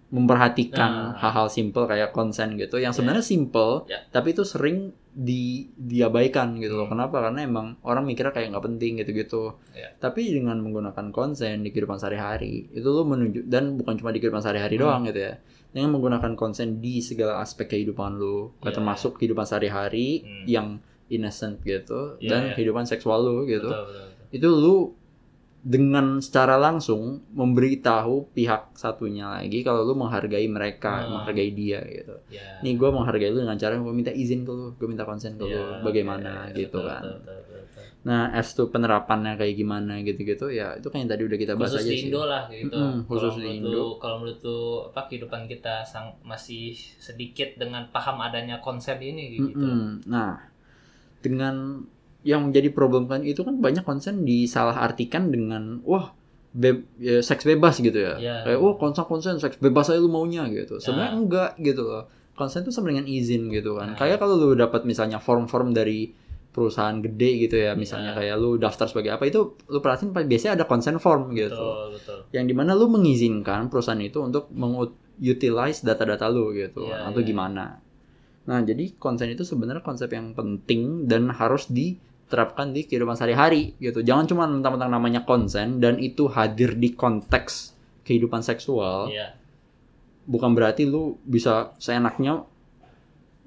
[SPEAKER 1] memperhatikan
[SPEAKER 2] Nah.
[SPEAKER 1] hal-hal simple kayak konsen gitu yang sebenarnya simple
[SPEAKER 2] Ya.
[SPEAKER 1] tapi itu sering di diabaikan gitu loh
[SPEAKER 2] Hmm.
[SPEAKER 1] kenapa karena emang orang mikirnya kayak nggak penting gitu-gitu
[SPEAKER 2] Ya.
[SPEAKER 1] tapi dengan menggunakan konsen di kehidupan sehari-hari itu lo menunjuk dan bukan cuma di kehidupan sehari-hari
[SPEAKER 2] Hmm.
[SPEAKER 1] doang gitu ya dengan menggunakan konsen di segala aspek kehidupan lu,
[SPEAKER 2] Iya,
[SPEAKER 1] termasuk kehidupan sehari-hari
[SPEAKER 2] Hmm.
[SPEAKER 1] yang innocent gitu
[SPEAKER 2] Iya,
[SPEAKER 1] dan
[SPEAKER 2] iya.
[SPEAKER 1] kehidupan seksual lu gitu.
[SPEAKER 2] Betul, betul, betul.
[SPEAKER 1] Itu lu dengan secara langsung memberitahu pihak satunya lagi kalau lu menghargai mereka,
[SPEAKER 2] Hmm.
[SPEAKER 1] menghargai dia gitu.
[SPEAKER 2] Ya.
[SPEAKER 1] Nih gue menghargai lu dengan cara gue minta izin ke lu, gue minta konsen ke
[SPEAKER 2] Ya,
[SPEAKER 1] lu, bagaimana
[SPEAKER 2] ya, ya,
[SPEAKER 1] gitu
[SPEAKER 2] betul,
[SPEAKER 1] kan.
[SPEAKER 2] betul, betul, betul, betul.
[SPEAKER 1] Nah, as to penerapannya kayak gimana gitu-gitu ya itu kan yang tadi udah kita bahas
[SPEAKER 2] khusus
[SPEAKER 1] aja
[SPEAKER 2] di
[SPEAKER 1] sih.
[SPEAKER 2] Indo lah gitu.
[SPEAKER 1] Mm-mm, khusus
[SPEAKER 2] Kalau
[SPEAKER 1] di
[SPEAKER 2] menurut
[SPEAKER 1] Indo.
[SPEAKER 2] lu- kalau menurut lu apa kehidupan kita sang masih sedikit dengan paham adanya konsep ini gitu.
[SPEAKER 1] Mm-mm. Nah, dengan yang menjadi problem kan itu kan banyak konsen disalahartikan dengan wah be- ya, seks bebas gitu ya.
[SPEAKER 2] Ya.
[SPEAKER 1] Kayak wah konsen konsen seks bebas aja lu maunya gitu. Sebenarnya
[SPEAKER 2] Nah.
[SPEAKER 1] enggak gitu loh. Konsen itu sama dengan izin gitu kan.
[SPEAKER 2] Nah.
[SPEAKER 1] Kayak kalau lu dapat misalnya form-form dari perusahaan gede gitu ya, misalnya
[SPEAKER 2] Ya.
[SPEAKER 1] kayak lu daftar sebagai apa itu lu perhatiin biasanya ada konsen form gitu.
[SPEAKER 2] Betul, betul.
[SPEAKER 1] Yang dimana lu mengizinkan perusahaan itu untuk mengutilize data-data lu gitu
[SPEAKER 2] Iya,
[SPEAKER 1] atau
[SPEAKER 2] iya.
[SPEAKER 1] gimana. Nah, jadi konsen itu sebenarnya konsep yang penting dan harus diterapkan di kehidupan sehari-hari gitu. Jangan cuma mentang-mentang namanya konsen dan itu hadir di konteks kehidupan seksual,
[SPEAKER 2] Iya.
[SPEAKER 1] bukan berarti lu bisa seenaknya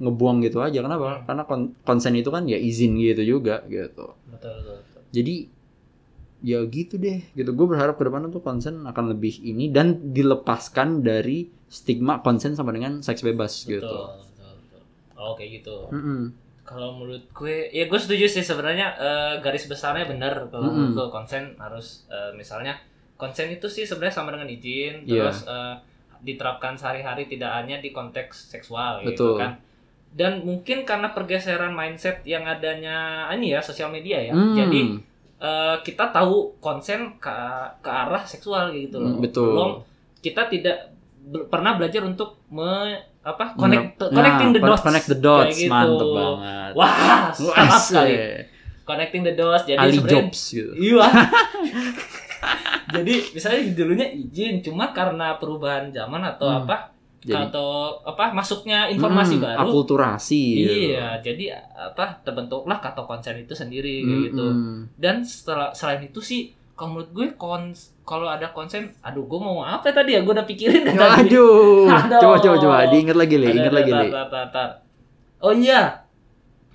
[SPEAKER 1] ngebuang gitu aja. Kenapa?
[SPEAKER 2] Hmm.
[SPEAKER 1] Karena kon- konsen itu kan ya izin gitu juga gitu.
[SPEAKER 2] Betul, betul. betul.
[SPEAKER 1] Jadi ya gitu deh gitu. Gue berharap ke depan tuh konsen akan lebih ini dan dilepaskan dari stigma konsen sama dengan seks bebas gitu.
[SPEAKER 2] Betul, betul, betul. Oh, kayak gitu.
[SPEAKER 1] Mm-mm.
[SPEAKER 2] Kalau menurut gue, ya gue setuju sih sebenarnya eh, garis besarnya bener kalau
[SPEAKER 1] Mm-mm.
[SPEAKER 2] menurut gue konsen harus eh, misalnya konsen itu sih sebenarnya sama dengan izin
[SPEAKER 1] Iya.
[SPEAKER 2] terus eh, diterapkan sehari-hari tidak hanya di konteks seksual
[SPEAKER 1] Betul.
[SPEAKER 2] gitu kan. Dan mungkin karena pergeseran mindset yang adanya ini ya sosial media ya.
[SPEAKER 1] Hmm.
[SPEAKER 2] Jadi eh, kita tahu konsen ke, ke arah seksual gitu loh.
[SPEAKER 1] Mm, betul.
[SPEAKER 2] Belum kita tidak be- pernah belajar untuk me, apa
[SPEAKER 1] Bener.
[SPEAKER 2] connect connecting
[SPEAKER 1] Nah,
[SPEAKER 2] the dots.
[SPEAKER 1] Connect the dots,
[SPEAKER 2] Kayak gitu.
[SPEAKER 1] mantep banget.
[SPEAKER 2] Wah,
[SPEAKER 1] Wah,
[SPEAKER 2] mantap sekali.
[SPEAKER 1] asik.
[SPEAKER 2] Connecting the dots. Jadi
[SPEAKER 1] Ali
[SPEAKER 2] sebenarnya-
[SPEAKER 1] Jobs gitu. [laughs]
[SPEAKER 2] Iya. jadi misalnya dulunya izin, cuma karena perubahan zaman atau
[SPEAKER 1] Hmm.
[SPEAKER 2] apa,
[SPEAKER 1] Jadi
[SPEAKER 2] atau apa masuknya informasi
[SPEAKER 1] mm,
[SPEAKER 2] baru.
[SPEAKER 1] akulturasi gitu.
[SPEAKER 2] Iya, jadi apa terbentuklah kata konsen itu sendiri
[SPEAKER 1] Hmm,
[SPEAKER 2] kayak gitu.
[SPEAKER 1] Mm-mm.
[SPEAKER 2] Dan setelah selain itu sih, kalau menurut gue kons kalau ada konsen, aduh gue mau apa ya tadi ya gue udah pikirin dari tadi. [laughs]
[SPEAKER 1] Aduh.
[SPEAKER 2] Aduh.
[SPEAKER 1] Coba coba coba diingat lagi, Le.
[SPEAKER 2] Ada,
[SPEAKER 1] Ingat
[SPEAKER 2] ada,
[SPEAKER 1] lagi,
[SPEAKER 2] tar,
[SPEAKER 1] Le.
[SPEAKER 2] tar, tar, tar. Oh iya.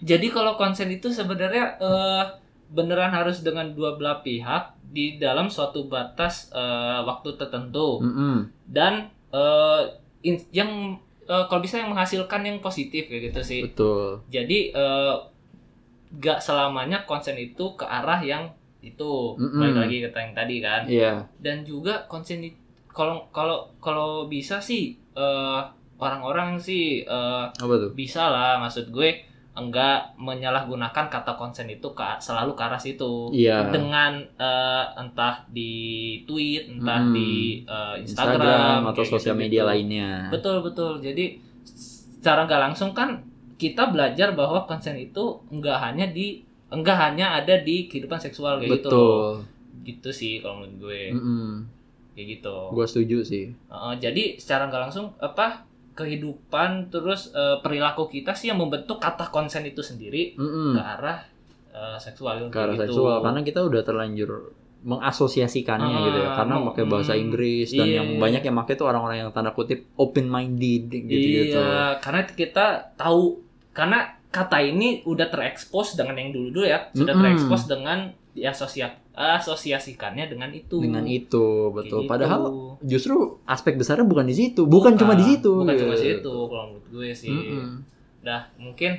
[SPEAKER 2] Jadi kalau konsen itu sebenarnya eh, beneran harus dengan dua belah pihak di dalam suatu batas eh, waktu tertentu
[SPEAKER 1] Mm-mm.
[SPEAKER 2] dan eh, in- yang eh, kalau bisa yang menghasilkan yang positif kayak gitu sih.
[SPEAKER 1] Betul.
[SPEAKER 2] Jadi eh, gak selamanya konsen itu ke arah yang itu
[SPEAKER 1] Mm-mm.
[SPEAKER 2] balik lagi ke yang tadi kan
[SPEAKER 1] Iya.
[SPEAKER 2] dan juga konsen di- kalau kalau kalau bisa sih eh, orang-orang sih eh,
[SPEAKER 1] Apa tuh?
[SPEAKER 2] bisa lah maksud gue enggak menyalahgunakan kata konsen itu ke, selalu ke arah situ
[SPEAKER 1] Iya.
[SPEAKER 2] dengan eh, entah di tweet entah
[SPEAKER 1] Hmm.
[SPEAKER 2] di eh, Instagram,
[SPEAKER 1] Instagram atau
[SPEAKER 2] kayak
[SPEAKER 1] sosial
[SPEAKER 2] gitu-gitu.
[SPEAKER 1] media lainnya.
[SPEAKER 2] betul betul jadi secara nggak langsung kan kita belajar bahwa konsen itu enggak hanya di enggak hanya ada di kehidupan seksual kayak gitu loh.
[SPEAKER 1] Betul. Hmm.
[SPEAKER 2] gitu sih kalau menurut gue
[SPEAKER 1] Mm-mm.
[SPEAKER 2] kayak gitu
[SPEAKER 1] Gua setuju sih.
[SPEAKER 2] Uh, jadi secara nggak langsung apa kehidupan terus uh, perilaku kita sih yang membentuk kata konsen itu sendiri ke
[SPEAKER 1] Mm-mm.
[SPEAKER 2] arah uh, seksual
[SPEAKER 1] Hmm. Ke arah
[SPEAKER 2] Nah, gitu.
[SPEAKER 1] seksual kan? karena kita udah terlanjur mengasosiasikannya
[SPEAKER 2] Ah,
[SPEAKER 1] gitu ya karena pakai bahasa
[SPEAKER 2] mm,
[SPEAKER 1] Inggris dan
[SPEAKER 2] iya.
[SPEAKER 1] yang banyak yang pakai tuh orang-orang yang tanda kutip open minded gitu-gitu.
[SPEAKER 2] iya karena kita tahu karena kata ini udah terekspos dengan yang dulu dulu ya sudah
[SPEAKER 1] Mm-mm.
[SPEAKER 2] terekspos dengan diasosia- asosiasikannya dengan itu
[SPEAKER 1] Dengan itu, betul.
[SPEAKER 2] Kayak
[SPEAKER 1] Padahal
[SPEAKER 2] gitu.
[SPEAKER 1] justru aspek besarnya bukan di situ, bukan, cuma di
[SPEAKER 2] Ah,
[SPEAKER 1] situ.
[SPEAKER 2] bukan cuma
[SPEAKER 1] gitu.
[SPEAKER 2] di situ kalau menurut gue sih
[SPEAKER 1] Mm-mm.
[SPEAKER 2] Dah, mungkin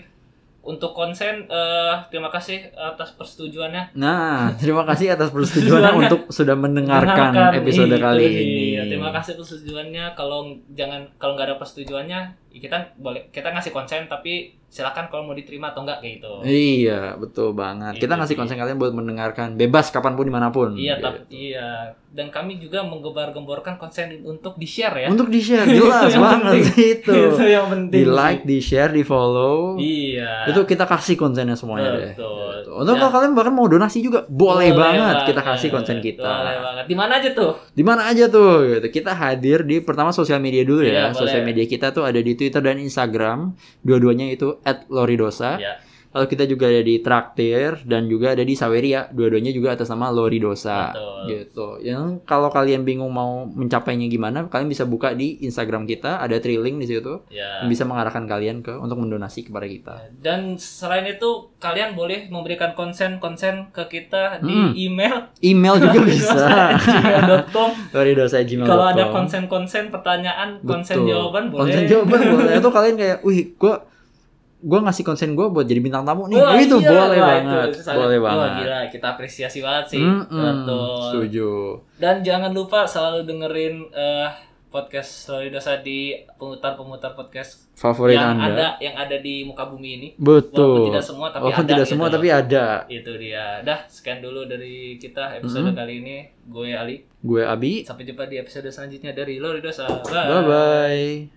[SPEAKER 2] untuk konsen eh terima kasih atas persetujuannya.
[SPEAKER 1] Nah, terima kasih
[SPEAKER 2] [laughs]
[SPEAKER 1] atas persetujuannya
[SPEAKER 2] Persetujuannya.
[SPEAKER 1] untuk sudah mendengarkan
[SPEAKER 2] Dengarkan.
[SPEAKER 1] episode
[SPEAKER 2] Iya,
[SPEAKER 1] kali
[SPEAKER 2] iya.
[SPEAKER 1] ini.
[SPEAKER 2] Terima kasih persetujuannya. Kalau jangan kalau nggak ada persetujuannya, ya kita boleh kita ngasih konsen tapi silakan kalau mau diterima atau enggak kayak gitu
[SPEAKER 1] Iya, betul banget. Kita
[SPEAKER 2] Iya,
[SPEAKER 1] ngasih
[SPEAKER 2] iya.
[SPEAKER 1] konsen kalian buat mendengarkan bebas kapanpun dimanapun.
[SPEAKER 2] iya
[SPEAKER 1] Gitu.
[SPEAKER 2] tapi iya dan kami juga menggembar-gemborkan konsen untuk di
[SPEAKER 1] iya.
[SPEAKER 2] share ya
[SPEAKER 1] Untuk di share jelas
[SPEAKER 2] [laughs] Itu yang
[SPEAKER 1] banget
[SPEAKER 2] penting. Iya,
[SPEAKER 1] itu.
[SPEAKER 2] [laughs] itu yang
[SPEAKER 1] Di
[SPEAKER 2] penting
[SPEAKER 1] like, di share, di follow.
[SPEAKER 2] iya
[SPEAKER 1] Itu kita kasih konsennya semuanya deh.
[SPEAKER 2] Betul.
[SPEAKER 1] Gitu. Untuk
[SPEAKER 2] Ya.
[SPEAKER 1] kalau kalian bahkan mau donasi juga boleh, banget. Kita kasih konsen kita.
[SPEAKER 2] Iya, boleh banget di mana aja tuh
[SPEAKER 1] Di mana aja tuh gitu. Kita hadir di pertama sosial media dulu ya.
[SPEAKER 2] Iya, boleh.
[SPEAKER 1] sosial media kita tuh ada di Twitter dan Instagram. Dua-duanya itu @loridosa.
[SPEAKER 2] Iya.
[SPEAKER 1] Lalu kita juga ada di Traktir dan juga ada di Saweria. Dua-duanya juga atas nama Loridosa.
[SPEAKER 2] Betul.
[SPEAKER 1] Gitu. Yang kalau kalian bingung mau mencapainya gimana, kalian bisa buka di Instagram kita, ada trailing di situ.
[SPEAKER 2] ya
[SPEAKER 1] yang Bisa mengarahkan kalian ke untuk mendonasi kepada kita.
[SPEAKER 2] dan selain itu kalian boleh memberikan konsen-konsen ke kita di
[SPEAKER 1] Hmm.
[SPEAKER 2] email
[SPEAKER 1] Email
[SPEAKER 2] [laughs]
[SPEAKER 1] juga bisa. [laughs]
[SPEAKER 2] gmail.com
[SPEAKER 1] Loridosa@gmail.com.
[SPEAKER 2] kalau ada konsen-konsen pertanyaan konsen
[SPEAKER 1] Betul.
[SPEAKER 2] jawaban boleh
[SPEAKER 1] konsen jawaban boleh atau kalian kayak wih gue gue ngasih konsen gue buat jadi bintang tamu nih
[SPEAKER 2] Wah,
[SPEAKER 1] itu
[SPEAKER 2] iya.
[SPEAKER 1] boleh
[SPEAKER 2] Wah, itu
[SPEAKER 1] banget
[SPEAKER 2] sangat-
[SPEAKER 1] boleh
[SPEAKER 2] wah,
[SPEAKER 1] banget
[SPEAKER 2] gila kita apresiasi banget sih
[SPEAKER 1] Mm-mm,
[SPEAKER 2] Betul.
[SPEAKER 1] setuju
[SPEAKER 2] dan jangan lupa selalu dengerin eh, podcast Selalu Dosa di pemutar-pemutar podcast
[SPEAKER 1] favorit
[SPEAKER 2] yang
[SPEAKER 1] anda
[SPEAKER 2] ada yang ada di muka bumi ini walaupun
[SPEAKER 1] betul
[SPEAKER 2] tidak semua tapi
[SPEAKER 1] walaupun
[SPEAKER 2] ada
[SPEAKER 1] tidak
[SPEAKER 2] gitu
[SPEAKER 1] semua
[SPEAKER 2] loh.
[SPEAKER 1] tapi ya. ada
[SPEAKER 2] itu dia dah sekian dulu dari kita episode
[SPEAKER 1] Mm-mm.
[SPEAKER 2] kali ini gue Ali
[SPEAKER 1] gue Abi
[SPEAKER 2] Eh. sampai jumpa di episode selanjutnya dari Lori Dosa Bye.
[SPEAKER 1] bye bye